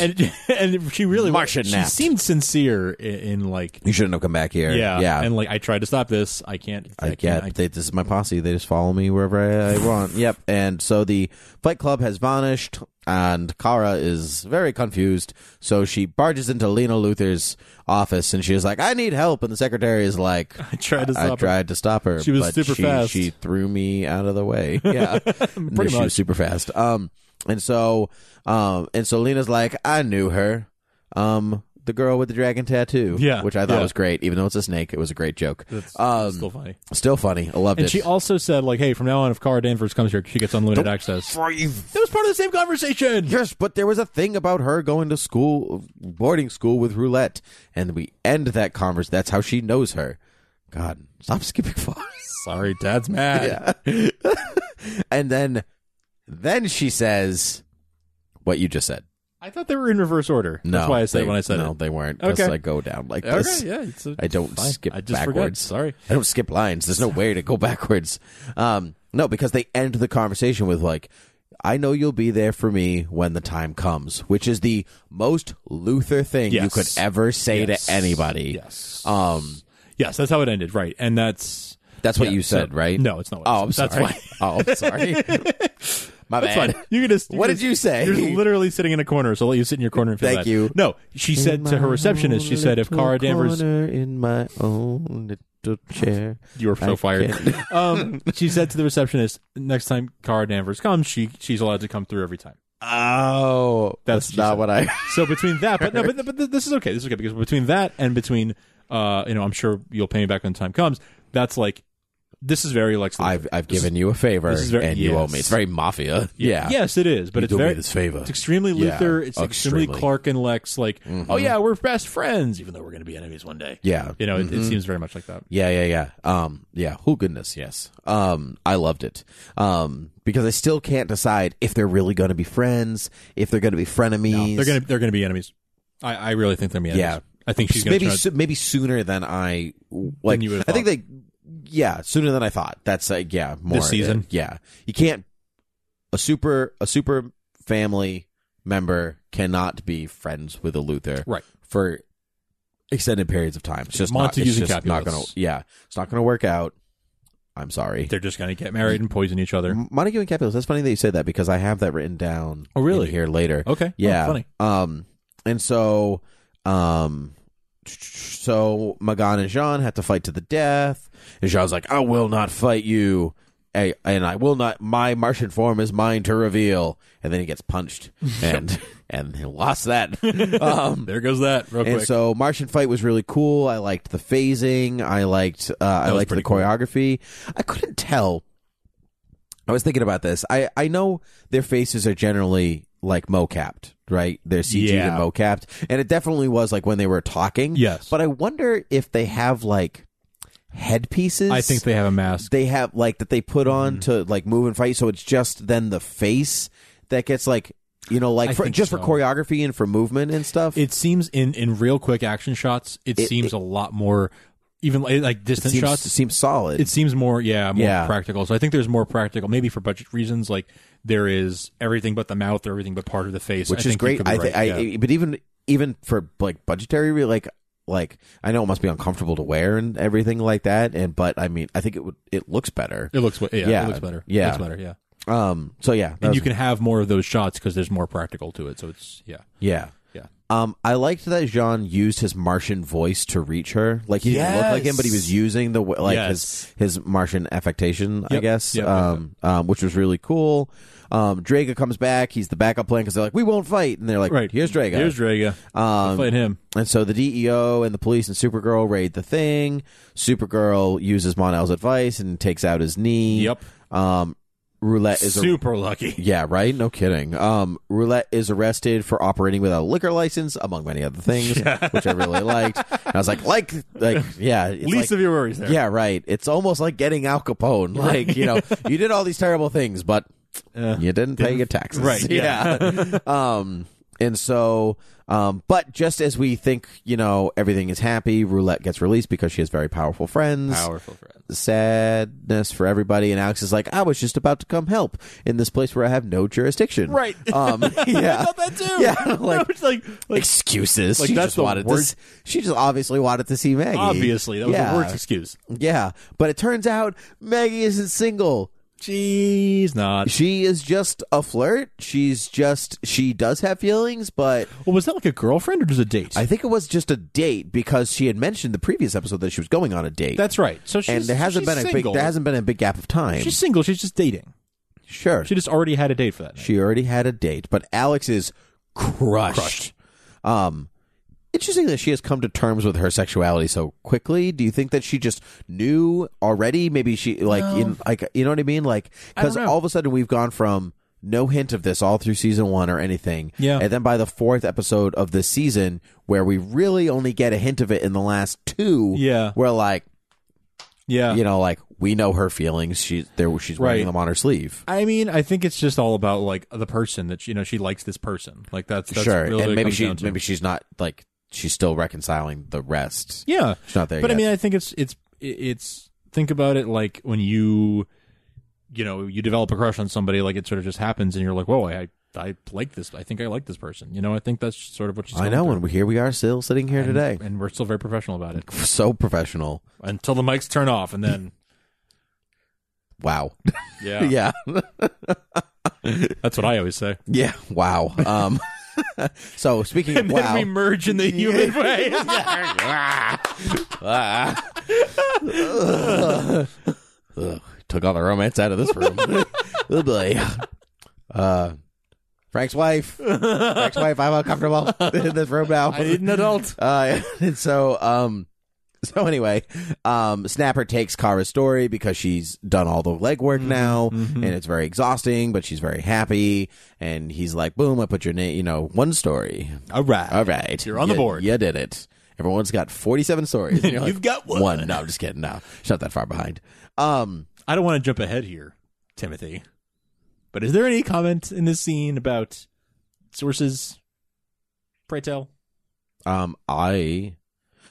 B: And and she really
C: Martian
B: she
C: napped.
B: seemed sincere in, in like
C: you shouldn't have come back here.
B: yeah
C: yeah.
B: and like I tried to stop this. I can't. I,
C: I
B: can't.
C: get
B: I
C: they, this is my posse. They just follow me wherever I, I want. Yep. And so the Fight Club has vanished, and Kara is very confused. So she barges into Lena Luther's office, and she is like, "I need help." And the secretary is like,
B: I tried to stop
C: I
B: her.
C: tried to stop her.
B: She was
C: but
B: super
C: she,
B: fast.
C: She threw me out of the way. Yeah, pretty She
B: much.
C: was super fast. Um, and so, um, and so Lena's like, I knew her. Um, the girl with the dragon tattoo.
B: Yeah,
C: which I thought
B: yeah.
C: was great. Even though it's a snake, it was a great joke.
B: That's
C: um,
B: still funny.
C: still funny. I loved
B: And
C: it.
B: she also said, like, hey, from now on, if Cara Danvers comes here, she gets unlimited access. That was part of the same conversation.
C: Yes, but there was a thing about her going to school, boarding school with roulette, and we end that converse. That's how she knows her. God, stop skipping forward.
B: Sorry, Dad's mad.
C: and then then she says what you just said.
B: I thought they were in reverse order.
C: No,
B: That's why I said
C: they-
B: when I said
C: no,
B: it.
C: they weren't. 'cause
B: Okay.
C: I go down like this.
B: Okay, yeah. It's a,
C: I don't
B: fine.
C: skip
B: I just forgot.
C: backwards.
B: Sorry.
C: I don't skip lines. There's no way to go backwards. Um, no, because they end the conversation with like, "I know you'll be there for me when the time comes," which is the most Luther thing you
B: Yes.
C: could ever say
B: Yes.
C: to anybody.
B: Yes.
C: Um,
B: yes, that's how it ended. Right. And that's.
C: that's what
B: yeah,
C: you
B: so-
C: said, right?
B: No, it's not what I
C: Oh, I'm
B: said.
C: sorry.
B: That's
C: oh, I'm sorry. My
B: That's
C: bad.
B: fine. You can just.
C: What
B: can
C: did
B: just-
C: you say?
B: You're just literally sitting in a corner, so I'll let you sit in your corner and feel
C: Thank
B: bad.
C: you.
B: No, she said to her receptionist, she said, if Cara Danvers
C: in my own little chair.
B: You were so
C: I
B: fired. um, she said to the receptionist, "Next time Cara Danvers comes, she she's allowed to come through every time."
C: Oh,
B: That's
C: that's,
B: what she
C: not
B: said.
C: what I.
B: So between that, but no, but, but th- this is okay. This is okay because between that and between, uh, you know, I'm sure you'll pay me back when the time comes. That's like, this is very Lex. Luthor.
C: I've I've given you a favor,
B: this is very-
C: and you owe
B: yes.
C: me. It's very mafia. Yeah.
B: Yes, it is, but
C: You
B: it's
C: do me
B: very
C: this favor.
B: It's extremely
C: Yeah,
B: Luther. it's extremely
C: extremely. Mm-hmm.
B: Clark and Lex. Like, oh yeah, we're best friends, even though we're going to be enemies one day.
C: Yeah. Mm-hmm.
B: you know, it, it seems very much like that.
C: Yeah, yeah, yeah. Um, yeah. Oh goodness, yes. Um, I loved it. Um, because I still can't decide if they're really going to be friends, if they're going to be frenemies.
B: They're gonna they're gonna be enemies. I, I really think they're gonna be enemies.
C: Yeah.
B: I think she's gonna
C: maybe
B: try-
C: so, maybe sooner than I like.
B: you would've
C: I think they, yeah, sooner than I thought. That's like yeah, more uh,
B: This season?
C: yeah, you can't a super a super family member cannot be friends with a Luther
B: Right.
C: for extended periods of time. It's just not,
B: Montagues
C: it's
B: and
C: just not gonna
B: Capulets.
C: yeah, it's not gonna work out. I'm sorry.
B: they're just gonna get married and poison each other.
C: Montague and Capulets. That's funny that you said that because I have that written down.
B: Oh, really?
C: in Here later.
B: Okay.
C: Yeah.
B: Oh, funny.
C: Um, and so, um, so Magan and Jean had to fight to the death. And Jean's like, I will not fight you. A- And I will not. My Martian form is mine to reveal. And then he gets punched and and he lost that. Um,
B: Hmm, There goes that real
C: and
B: quick.
C: so Martian fight was really cool. I liked the phasing. I liked uh, I
B: was
C: liked the
B: pretty cool.
C: choreography. I couldn't tell. I was thinking about this. I I know their faces are generally like mocapped, right? They're CG
B: Yeah.
C: and mocapped, and it definitely was like when they were talking.
B: Yes.
C: but I wonder if they have like headpieces.
B: I think Mm-hmm. they have a mask.
C: they have like that they put on to like move and fight. So it's just then the face that gets like you know
B: I
C: like for,
B: think
C: just
B: so.
C: for choreography and for movement and stuff.
B: it seems in in real quick action shots, it, seems a lot more even like, like
C: It
B: distant
C: seems,
B: shots.
C: seems solid.
B: It seems more, yeah, more
C: Yeah.
B: practical. So I think there's more practical, maybe for budget reasons. Like there is everything but the mouth, or everything but part of the face, I
C: which is
B: think
C: great.
B: you could be
C: I,
B: right,
C: thi- I,
B: yeah.
C: I- but even even for like budgetary, re- like like I know it must be uncomfortable to wear and everything like that. And but I mean, I think it would it looks better.
B: it looks, yeah,
C: Yeah.
B: it looks better.
C: Yeah.
B: it looks better. Yeah,
C: Um. So yeah, that
B: and
C: was-
B: you can have more of those shots because there's more practical to it. So it's yeah,
C: yeah.
B: yeah.
C: Um, I liked that Jean used his Martian voice to reach her. Like he didn't look like him, but he was using the w- like
B: Yes.
C: his his Martian affectation, I
B: Yep.
C: guess.
B: Yep, yep,
C: um, um, which was really cool. Um, Draga comes back. He's the backup plan because they're like, we won't fight, and they're like,
B: Right.
C: here's Draga.
B: Here's Draga.
C: um,
B: Fight him.
C: And so the DEO and the police and Supergirl raid the thing. Supergirl uses Monel's advice and takes out his knee.
B: Yep.
C: Um, Roulette is a,
B: Super lucky.
C: yeah right. No kidding. Um, Roulette is arrested for operating without a liquor license, among many other things, which I really liked. And I was like, like, like, yeah, it's
B: Least
C: like-
B: of your worries there.
C: yeah, right. It's almost like getting Al Capone. Like you know, you did all these terrible things, but you didn't pay your taxes.
B: Right,
C: Yeah. um. And so, um. But just as we think, you know, everything is happy, Roulette gets released because she has very powerful friends.
B: Powerful friend.
C: Sadness for everybody, and Alex is like, "I was just about to come help in this place where I have no jurisdiction."
B: Right.
C: Um. Yeah.
B: I thought that too.
C: Yeah. Like.
B: it's like, like
C: Excuses.
B: Like,
C: she
B: that's
C: just
B: the
C: wanted to.
B: worst-
C: s- She just obviously wanted to see Maggie.
B: obviously that was
C: yeah.
B: the worst excuse.
C: Yeah, but it turns out Maggie isn't single.
B: Jeez, not.
C: She is just a flirt. She's just she does have feelings, but
B: Well, was that like a girlfriend or just a date?
C: I think it was just a date because she had mentioned the previous episode that she was going on a date.
B: That's right. So she's,
C: and there hasn't
B: she's
C: been a
B: single.
C: big there hasn't been a big gap of time.
B: She's single. She's just dating.
C: sure.
B: She just already had a date for that. night.
C: She already had a date, but Alex is crushed. Um interesting that she has come to terms with her sexuality so quickly. Do you think that she just knew already? Maybe she like in like you know what I mean? Like
B: I don't
C: cuz
B: know.
C: all of a sudden we've gone from no hint of this all through season 1 or anything.
B: Yeah.
C: And then by the fourth episode of this season where we really only get a hint of it in the last two,
B: Yeah.
C: we're like,
B: yeah.
C: you know, like we know her feelings. She's there she's wearing
B: Right.
C: them on her sleeve.
B: I mean, I think it's just all about like the person that she, you know she likes this person. Like that's, that's
C: sure,
B: really what
C: and
B: it
C: maybe
B: comes
C: she
B: down to.
C: maybe she's not like she's still reconciling the rest.
B: yeah.
C: She's not there
B: But
C: yet.
B: I mean, I think it's it's it's think about it like when you you know you develop a crush on somebody, like it sort of just happens, and you're like, whoa, I I like this. I think I like this person. You know, I think that's sort of what she's.
C: I
B: going
C: know,
B: through.
C: and we- here we are still sitting here today,
B: and we're still very professional about it
C: so professional.
B: until the mics turn off, and then
C: Wow,
B: yeah,
C: yeah,
B: that's what I always say.
C: yeah, wow. Um, so speaking of
B: And then
C: wow,
B: we merge in the human way.
C: Ugh, took all the romance out of this room. oh boy. Uh, Frank's wife, Frank's wife. I'm uncomfortable in this room now.
B: an adult.
C: Uh, and so, um, so anyway, um, Snapper takes Kara's story because she's done all the legwork
B: Mm-hmm,
C: now, and it's very exhausting, but she's very happy. And he's like, "Boom! I put your name. You know, one story.
B: All right.
C: All right,
B: You're on the
C: You-
B: board.
C: You did it. Everyone's got forty-seven stories. And you're
B: You've got one.
C: One. No, I'm just kidding. No, she's not that far behind. Um,
B: I don't want to jump ahead here, Timothy, but is there any comment in this scene about sources? Pray tell.
C: um, I.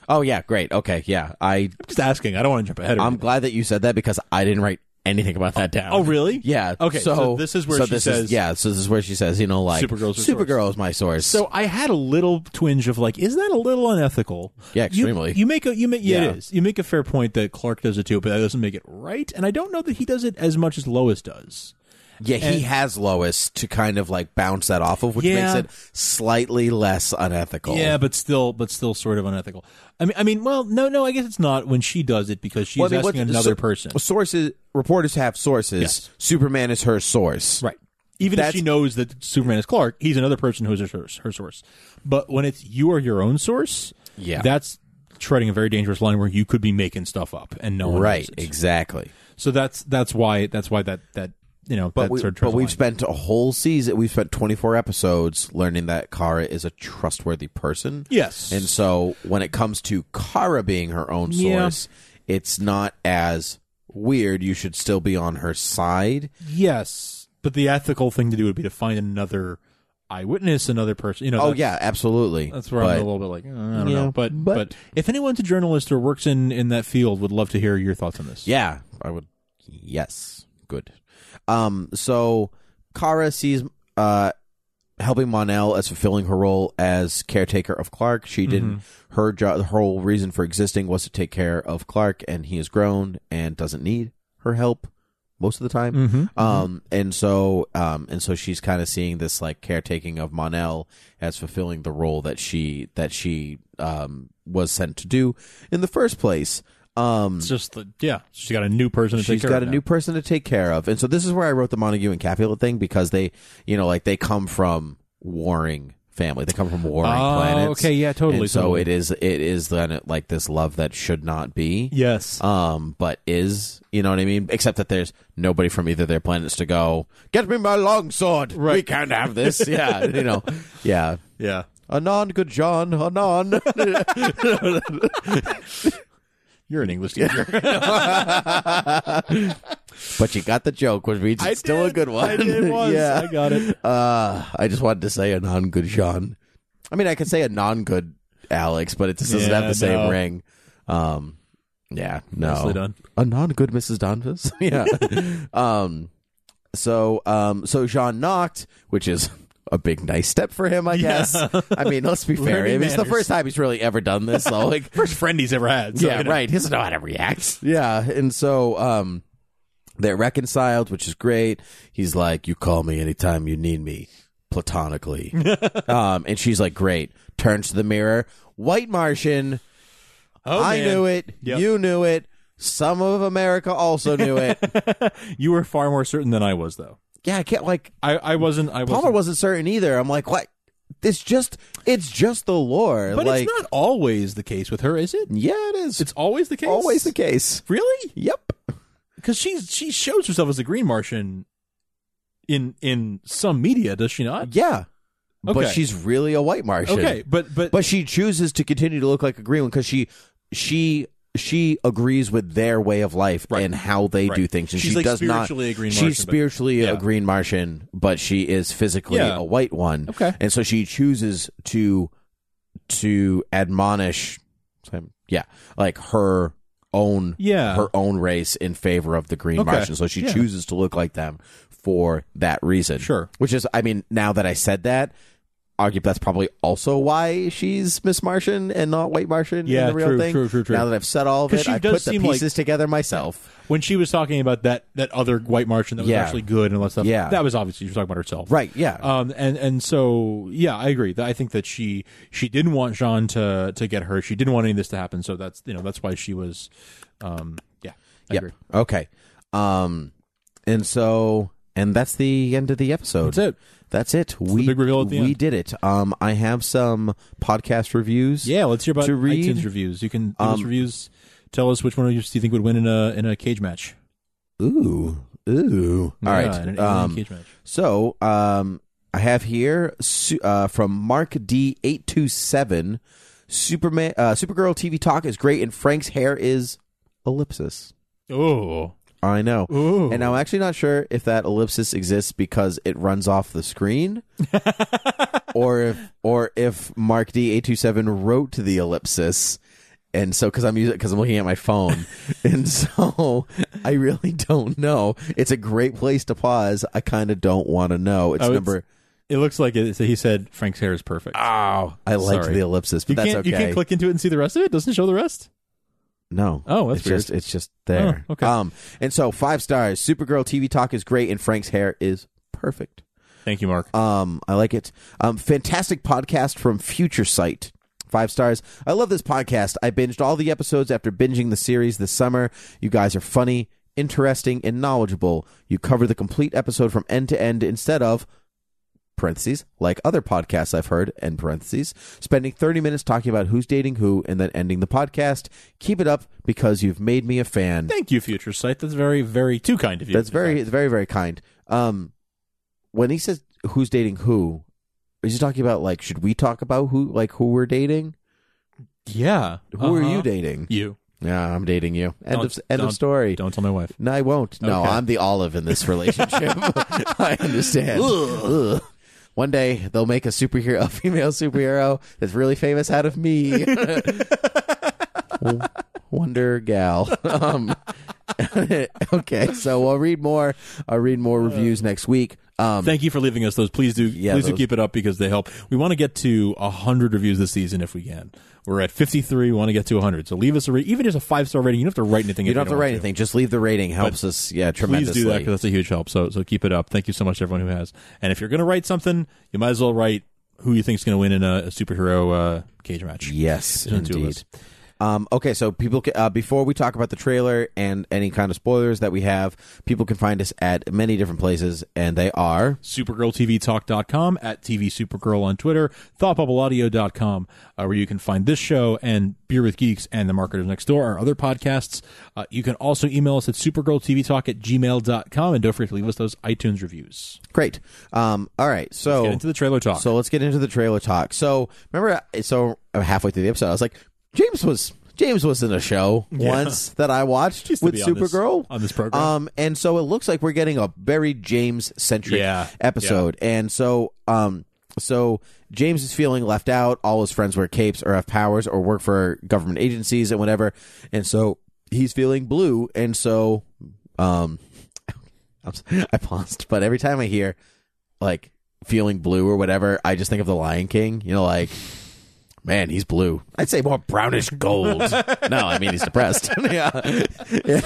C: Oh yeah, great. Okay, yeah. I
B: I'm just asking. I don't want to jump ahead. or
C: I'm
B: anything.
C: glad that you said that because I didn't write anything about that down.
B: oh, really?
C: Yeah.
B: Okay,
C: So,
B: so this is where
C: so
B: she
C: this Is,
B: says-
C: yeah. So this is where she says, you know, like
B: Supergirl's her source.
C: Supergirl is my source.
B: So I had a little twinge of like, is that a little unethical?
C: Yeah,
B: You-
C: extremely.
B: You, make a you make yeah,
C: Yeah.
B: it is. You make a fair point that Clark does it too, but that doesn't make it right. And I don't know that he does it as much as Lois does.
C: yeah, he
B: and-
C: has Lois to kind of like bounce that off of, which
B: Yeah.
C: makes it slightly less unethical.
B: Yeah, but still, but still, sort of unethical. I mean, I mean, well, no, no, I guess it's not when she does it because she's
C: Well, I mean,
B: asking
C: what-
B: another
C: so-
B: person,
C: Sources. Reporters have sources.
B: Yes.
C: Superman is her source.
B: right? Even if
C: That's-
B: she knows that Superman is Clark, he's another person who's her source, her source. But when it's you are your own source,
C: Yeah.
B: that's treading a very dangerous line where you could be making stuff up and no one knows
C: Right.
B: it.
C: Exactly.
B: So that's that's why that's why that that you know
C: But,
B: that
C: we,
B: sort of
C: but
B: treads a
C: we've
B: line.
C: spent a whole season. We've spent 24 episodes learning that Kara is a trustworthy person.
B: yes
C: And so when it comes to Kara being her own
B: Yeah.
C: source, it's not as weird. You should still be on her side.
B: yes. But the ethical thing to do would be to find another eyewitness, another person. You know,
C: Oh
B: that's-
C: yeah, absolutely.
B: That's where I'm a
C: But
B: little bit like, eh, I don't
C: Yeah,
B: know. But,
C: but-
B: but if anyone's a journalist or works in in that field, would love to hear your thoughts on this.
C: Yeah, I would. Yes, good. Um, so Kara sees uh helping Monel as fulfilling her role as caretaker of Clark.
B: Mm-hmm.
C: She didn't. Her job, her whole reason for existing was to take care of Clark, and he has grown and doesn't need her help most of the time.
B: Mhm.
C: Um, and so, um, and so she's kind of seeing this like caretaking of Monel as fulfilling the role that she that she um was sent to do in the first place. Um,
B: It's just the yeah. She's got a new person. To
C: She's
B: take care
C: got
B: of
C: a
B: now.
C: new person to take care of. And so this is where I wrote the Montague and Capulet thing because they, you know, like they come from warring family. They come from warring
B: Oh,
C: planets.
B: okay, yeah, totally,
C: And so
B: totally.
C: it is it is then like this love that should not be.
B: Yes.
C: Um, but is you know what I mean? Except that there's nobody from either their planets to go. Get me my long sword. We
B: Right.
C: can't have this. yeah, you know. Yeah,
B: yeah.
C: anon, good John, anon.
B: You're an English teacher.
C: but you got the joke, which means it's still a good one.
B: I did once.
C: yeah,
B: I got it.
C: Uh, I just wanted to say a non good Jean. I mean, I could say a non good Alex, but it just doesn't
B: Yeah,
C: have the same
B: no.
C: ring. Um, yeah, no,
B: Nicely done.
C: a non good Mrs. Danvers. yeah. um, so, um, so Jean knocked, which is a big nice step for him, I guess. I mean, let's be fair.
B: Learning
C: It's the
B: manners.
C: first time he's really ever done this. So, like,
B: First friend he's ever had. so,
C: yeah,
B: you know.
C: right. He doesn't know how to react. Yeah, and so um, they're reconciled, which is great. He's like, "You call me anytime you need me, platonically," um, and she's like, "Great." Turns to the mirror, White Martian.
B: Oh,
C: I
B: man.
C: knew it.
B: Yep.
C: You knew it. Some of America also knew it.
B: You were far more certain than I was, though.
C: yeah, I can't like
B: I, I wasn't. I wasn't.
C: Palmer wasn't certain either. I'm like, what? It's just it's just the lore.
B: but
C: like,
B: it's not always the case with her, is it?
C: yeah, it is.
B: It's always the case.
C: always the case.
B: Really?
C: Yep.
B: Because she she shows herself as the Green Martian in in some media, does she not?
C: Yeah. But
B: Okay.
C: she's really a white Martian.
B: Okay, but but,
C: but she chooses to continue to look like a green one because she she she agrees with their way of life
B: Right.
C: and how they
B: Right.
C: do things and
B: She's,
C: she
B: like,
C: does not
B: spiritually a Green
C: she's
B: Martian, but-
C: spiritually a
B: Yeah.
C: green martian but she is physically
B: Yeah.
C: a white one
B: Okay.
C: and so she chooses to to admonish yeah like her own
B: Yeah.
C: her own race in favor of the green
B: Okay.
C: martian so she
B: Yeah.
C: chooses to look like them for that reason
B: Sure.
C: which is i mean now that i said that argue that's probably also why she's Miss Martian and not White Martian. in
B: Yeah,
C: the real
B: true,
C: thing.
B: true, true, true.
C: Now that I've said all of
B: 'Cause
C: it,
B: she
C: I
B: does
C: put the
B: seem like-
C: pieces together myself.
B: when she was talking about that that other white Martian that was
C: Yeah.
B: actually good and all that stuff,
C: Yeah.
B: that was obviously she was talking about herself,
C: Right? Yeah.
B: Um, and and so yeah, I agree. I think that she she didn't want Jean to to get hurt. She didn't want any of this to happen. So that's you know that's why she was, um, yeah, I
C: Yep.
B: agree.
C: Okay. Um, and so, and that's the end of the episode.
B: That's it.
C: That's it. we
B: big reveal at the
C: we
B: end.
C: did it. Um, I have some podcast reviews.
B: Yeah, let's hear about
C: To read- um,
B: iTunes reviews. You can give us reviews. Tell us which one of you do you think would win in a in a cage match.
C: Ooh. Ooh. All
B: Yeah,
C: right.
B: in an alien
C: um,
B: cage match.
C: So, um, I have here su- uh, from Mark D eight two seven. Superman, uh, Supergirl TV talk is great, and Frank's hair is ellipsis.
B: Oh,
C: I know,
B: Ooh.
C: and I'm actually not sure if that ellipsis exists because it runs off the screen, or if or if Mark D eight two seven wrote the ellipsis. And so, because I'm using, because I'm looking at my phone, and so I really don't know. It's a great place to pause. I kind of don't want to know. It's
B: Oh, it's-
C: number
B: it looks like it. So he said Frank's hair is perfect.
C: Oh, I liked
B: Sorry.
C: the ellipsis, but
B: you
C: that's
B: can't
C: okay.
B: you can't click into it and see the rest of it. Doesn't it show the rest.
C: No.
B: Oh, that's
C: it's
B: weird.
C: just it's just there.
B: Oh, okay.
C: Um, and so five stars. Supergirl TV talk is great, and Frank's hair is perfect.
B: Thank you, Mark.
C: Um, I like it. Um, fantastic podcast from Future Sight. Five stars. I love this podcast. I binged all the episodes after binging the series this summer. You guys are funny, interesting, and knowledgeable. You cover the complete episode from end to end instead of parentheses like other podcasts I've heard end parentheses spending 30 minutes talking about who's dating who and then ending the podcast. Keep it up because you've made me a fan.
B: Thank you, Future Sight. That's very, very too kind of you.
C: That's
B: in
C: very,
B: fact.
C: it's very, very kind. Um, when he says who's dating who, is he talking about like should we talk about who like who we're dating?
B: yeah.
C: Who are
B: Uh-huh.
C: you dating?
B: You.
C: Yeah, I'm dating you. End
B: Don't-
C: of end
B: don't-
C: of story.
B: Don't tell my wife.
C: No, I won't. No,
B: Okay.
C: I'm the olive in this relationship. I understand. Ugh. one day they'll make a superhero, a female superhero that's really famous out of me. Wonder Gal. Um, okay, so I'll read more. I'll read more reviews next week. Um,
B: Uh, Thank you for leaving us those. Please do,
C: Yeah,
B: please do
C: those-
B: keep it up because they help. We want to get to hundred reviews this season if we can. We're at fifty three. We want to get to hundred. So leave us a ra- even just a five star rating. You don't have to write anything.
C: you don't have to write anything. Just leave the rating. Helps us, yeah,
B: Please
C: tremendously.
B: do that because that's a huge help. So so keep it up. Thank you so much to everyone who has. And if you're going to write something, you might as well write who you think's going to win in a, a superhero uh, cage match.
C: Yes,
B: Between the two of
C: indeed.
B: us.
C: Um, okay, so people ca- uh, before we talk about the trailer and any kind of spoilers that we have, people can find us at many different places, and they are
B: supergirltvtalk.com, at TV Supergirl on Twitter, thoughtbubbleaudio.com, uh, where you can find this show and Beer with Geeks and The Marketers Next Door, our other podcasts. Uh, you can also email us at supergirltvtalk at gmail.com, and don't forget to leave us those iTunes reviews.
C: great. Um, all right, so
B: Get into the trailer talk.
C: So let's get into the trailer talk. So remember, I- so halfway through the episode, I was like, James was James was in a show once that I watched
B: used to
C: with
B: be on this-
C: Supergirl
B: on this program.
C: Um, and so it looks like we're getting a very James centric
B: Yeah,
C: episode. And so, um, so James is feeling left out. All his friends wear capes or have powers or work for government agencies and whatever. And so he's feeling blue. And so, um, I'm s- I paused, but every time I hear like feeling blue or whatever, I just think of the Lion King. You know, like man, he's blue. I'd say more brownish gold. no, I mean he's depressed. yeah. Yeah.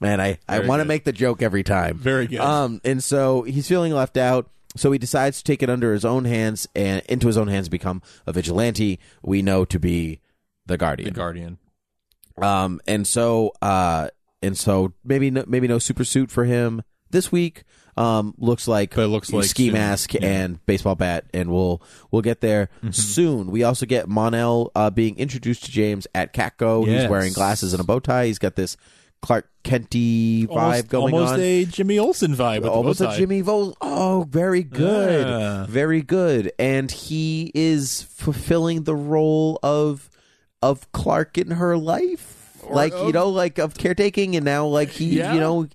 C: man, I I
B: Very
C: want to
B: good.
C: make the joke every time.
B: Very good.
C: Um, and so he's feeling left out. So he decides to take it under his own hands and into his own hands, and become a vigilante. We know to be the guardian.
B: the Guardian.
C: Um, and so, uh, and so maybe no, maybe no super suit for him this week. Um, looks like
B: But it looks like
C: ski
B: soon.
C: mask
B: Yeah. Mm-hmm.
C: and baseball bat, and we'll we'll get there soon. We also get Monel uh, being introduced to James at Catco.
B: Yes.
C: He's wearing glasses and a bow tie. He's got this Clark Kenty vibe
B: almost,
C: going
B: almost
C: on.
B: a Jimmy Olsen vibe. With
C: Almost
B: the
C: a Jimmy Vol. Oh, very good,
B: Yeah.
C: very good. And he is fulfilling the role of of Clark in her life, like you know, like of caretaking, and now like he,
B: Yeah.
C: you know,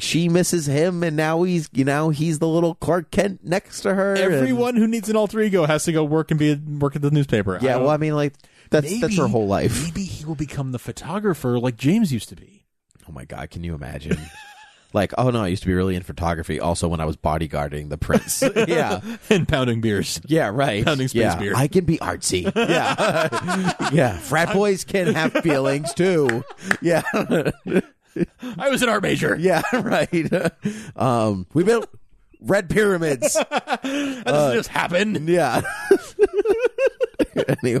C: she misses him, and now he's you know he's the little Clark Kent next to her. and-
B: Everyone who needs an alter ego has to go work and be work at the newspaper. I
C: yeah.
B: don't-
C: Well, I mean, like that's that's her
B: Maybe-
C: whole life.
B: Maybe he will become the photographer like James used to be.
C: Oh my god, can you imagine? like, oh no, I used to be really in photography. Also, when I was bodyguarding the prince, yeah.
B: and pounding beers.
C: Yeah, right.
B: Pounding space
C: yeah,
B: beer.
C: I can be artsy. Yeah, yeah. Frat boys can have feelings too. Yeah,
B: I was an art major.
C: yeah, right. Um, we built red pyramids.
B: That doesn't just happen.
C: Yeah. anyway,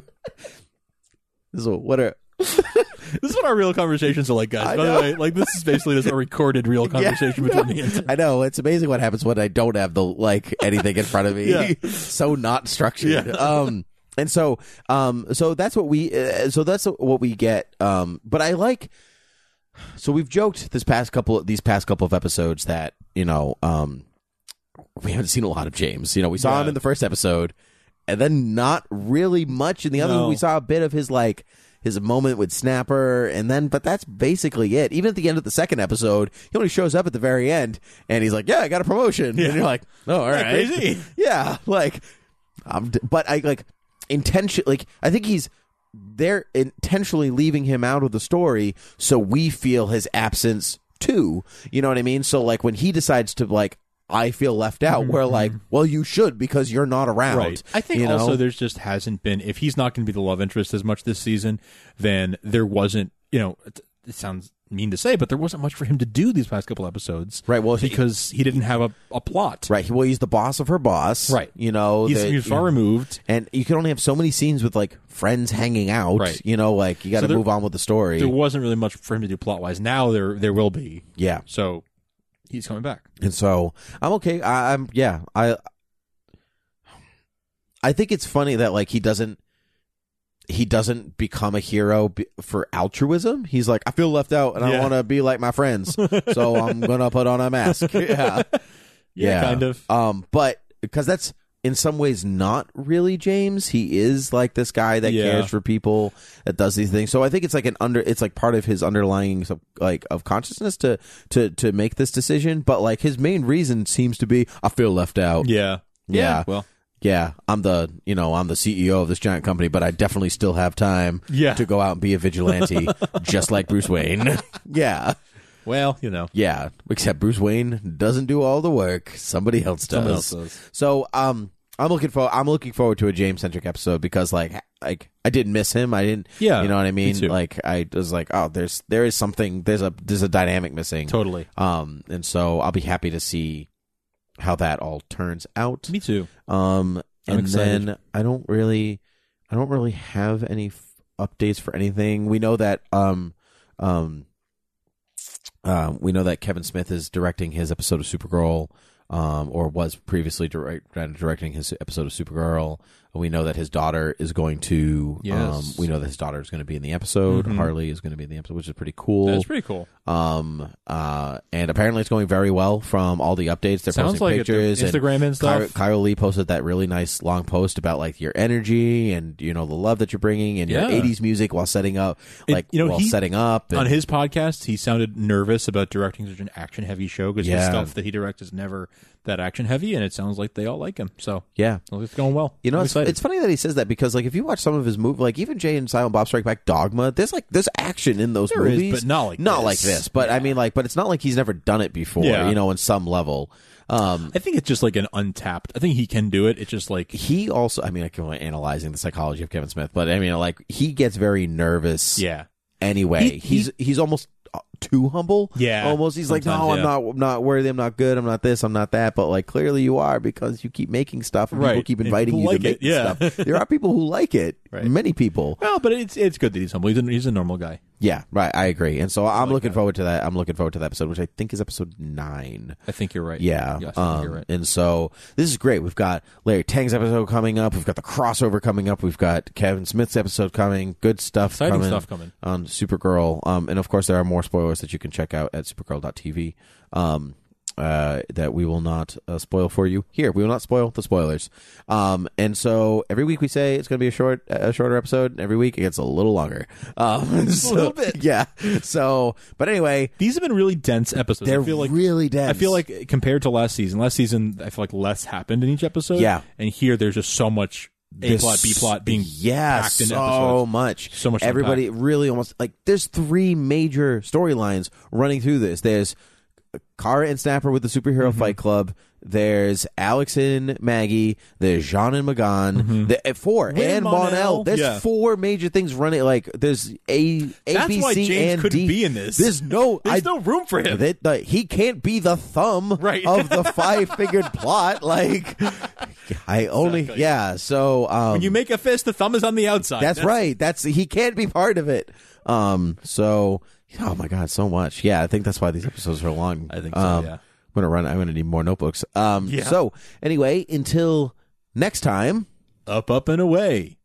C: so what are
B: This is what our real conversations are like, guys.
C: I
B: By
C: know.
B: the way, like this is basically just a recorded real conversation between me and
C: I know it's amazing what happens when I don't have the like anything in front of me.
B: Yeah.
C: so not structured.
B: Yeah.
C: Um, and so, um, so that's what we, uh, so that's what we get. Um, but I like, so we've joked this past couple, these past couple of episodes that you know, um, we haven't seen a lot of James. You know, we saw him
B: Yeah.
C: in the first episode, and then not really much in the other.
B: No.
C: We saw a bit of his like his moment with Snapper, and then but that's basically it. Even at the end of the second episode, he only shows up at the very end, and he's like, "Yeah, I got a promotion," and you're like, "Oh, all right,
B: crazy.
C: yeah." Like, I'm, d- but I like intention. Like, I think he's they're intentionally leaving him out of the story so we feel his absence too. You know what I mean? So like when he decides to like. I feel left out. We're like, well, you should because you're not around.
B: Mm-hmm. I think
C: you know?
B: also there's just hasn't been if he's not going to be the love interest as much this season, then there wasn't. You know, it, it sounds mean to say, but there wasn't much for him to do these past couple episodes,
C: Right, well, he-
B: because he, didn't have a, a plot.
C: Right. Well, he's the boss of her boss.
B: Right.
C: You know,
B: He's,
C: the-
B: he's far
C: you-
B: removed.
C: and you can only have so many scenes with like friends hanging out.
B: Right.
C: You know, like you got to
B: So there-
C: move on with the story.
B: There wasn't really much for him to do plot wise. Now there there will be.
C: yeah.
B: So he's coming back.
C: And so I'm okay. I, I'm yeah. I I think it's funny that like he doesn't he doesn't become a hero b- for altruism. He's like I feel left out and I
B: Yeah.
C: want to be like my friends, so I'm gonna put on a mask. Yeah.
B: yeah, kind of.
C: Um, but because that's in some ways not really James. He is like this guy that
B: Yeah.
C: cares for people that does these things. So I think it's like an under. It's like part of his underlying sub, like of consciousness to to to make this decision. But like his main reason seems to be I feel left out.
B: Yeah.
C: Yeah.
B: Well,
C: yeah, I'm the you know I'm the CEO of this giant company, but I definitely still have time
B: Yeah.
C: to go out and be a vigilante, just like Bruce Wayne. yeah,
B: well, you know.
C: yeah. Except Bruce Wayne doesn't do all the work; somebody else does.
B: Someone else does.
C: So, um, I'm looking for I'm looking forward to a James centric episode because like like I didn't miss him. I didn't.
B: Yeah,
C: you know what I mean.
B: too.
C: Like I was like, oh, there's there is something there's a there's a dynamic missing.
B: Totally.
C: Um, and so I'll be happy to see how that all turns out.
B: Me too.
C: Um,
B: I'm
C: and
B: excited.
C: then I don't really, I don't really have any f- updates for anything. We know that, um, um, um, we know that Kevin Smith is directing his episode of Supergirl, um, or was previously direct, uh, directing his episode of Supergirl. We know that his daughter is going to,
B: Yes. Mm-hmm.
C: um, we know that his daughter is going to be in the episode. Harley is going to be in the episode, which is pretty cool.
B: That's pretty cool.
C: Um, uh, and apparently it's going very well from all the updates. They're
B: Sounds
C: posting
B: like it.
C: pictures, and
B: Instagram and stuff.
C: Kyra- Kyra Lee posted that really nice long post about like your energy and you know the love that you're bringing and
B: Yeah.
C: your '80s music while setting up,
B: It-
C: like
B: you know,
C: while
B: he-
C: setting up. And,
B: on his podcast, he sounded nervous about directing such an action heavy show because the
C: Yeah.
B: stuff that he directs is never that action heavy, and it sounds like they all like him. So
C: yeah,
B: sounds like it's going well.
C: you know,
B: I'm
C: it's,
B: excited.
C: it's funny that he says that because like if you watch some of his movies, like even Jay and Silent Bob Strike Back, Dogma, there's like there's action in those
B: There is,
C: movies,
B: but not like
C: not
B: this.
C: like this. But I mean, like, but it's not like he's never done it before.
B: Yeah.
C: You know, in some level. Um,
B: I think it's just like an untapped. I think he can do it. It's just like
C: he also i mean i can only analyzing the psychology of kevin smith but i mean like he gets very nervous
B: yeah,
C: anyway
B: He-
C: he's he's almost uh, too humble
B: Yeah,
C: almost he's like no
B: sometimes,
C: i'm
B: yeah.
C: not I'm not worthy i'm not good i'm not this i'm not that but like clearly you are because you keep making stuff and people
B: Right.
C: keep
B: And
C: inviting
B: people
C: you
B: like
C: to make
B: it, yeah.
C: stuff there are people who like it
B: Right.
C: many people
B: well, but it's it's good that he's humble. He's a, he's a normal guy.
C: yeah right i agree and so i'm looking forward to that i'm looking forward to that episode which i think is episode nine
B: I think you're right.
C: yeah.
B: Yes, I think
C: um,
B: you're right.
C: And so this is great. We've got Larry Tang's episode coming up. We've got the crossover coming up. We've got Kevin Smith's episode coming. Good stuff
B: Exciting
C: coming
B: stuff coming.
C: on Supergirl. Um, and of course, there are more spoilers that you can check out at supergirl.tv um, uh, that we will not uh, spoil for you here. We will not spoil the spoilers. Um, and so every week we say it's going to be a short, a shorter episode. and Every week it gets a little longer. Um, so-
B: little bit.
C: Yeah. So, but anyway,
B: These have been really dense episodes.
C: they're
B: I feel like
C: really
B: I
C: dense.
B: feel like uh, compared to last season, last season I feel like less happened in each episode.
C: Yeah.
B: and here there's just so much a
C: This- Oh,
B: plot, b plot being
C: yeah,
B: packed in
C: so
B: episodes.
C: much,
B: So much to
C: Everybody really almost like there's three major storylines running through this. There's Kara and Snapper with the superhero
B: Mm-hmm.
C: fight club. There's Alex and Maggie. There's Jean and Magan. The, eh, four
B: Wait,
C: and
B: Mm-hmm. Mon-El.
C: Monel. There's
B: Yeah.
C: four major things running. Like there's a
B: That's
C: ABC
B: why James
C: and
B: couldn't
C: D.
B: be in this.
C: There's no.
B: There's
C: I,
B: no room for him.
C: that- that- he can't be the thumb
B: Right.
C: of the five figured plot. Like I only
B: Exactly.
C: yeah. So um,
B: When you make a fist, the thumb is on the outside.
C: that's, right. That's he can't be part of it. Um. So oh my god, so much. Yeah, I think that's why these episodes are long. I
B: think so, yeah.
C: I'm gonna run. I'm gonna need more notebooks. Um.
B: Yeah.
C: So anyway, until next time.
B: Up, up, and away.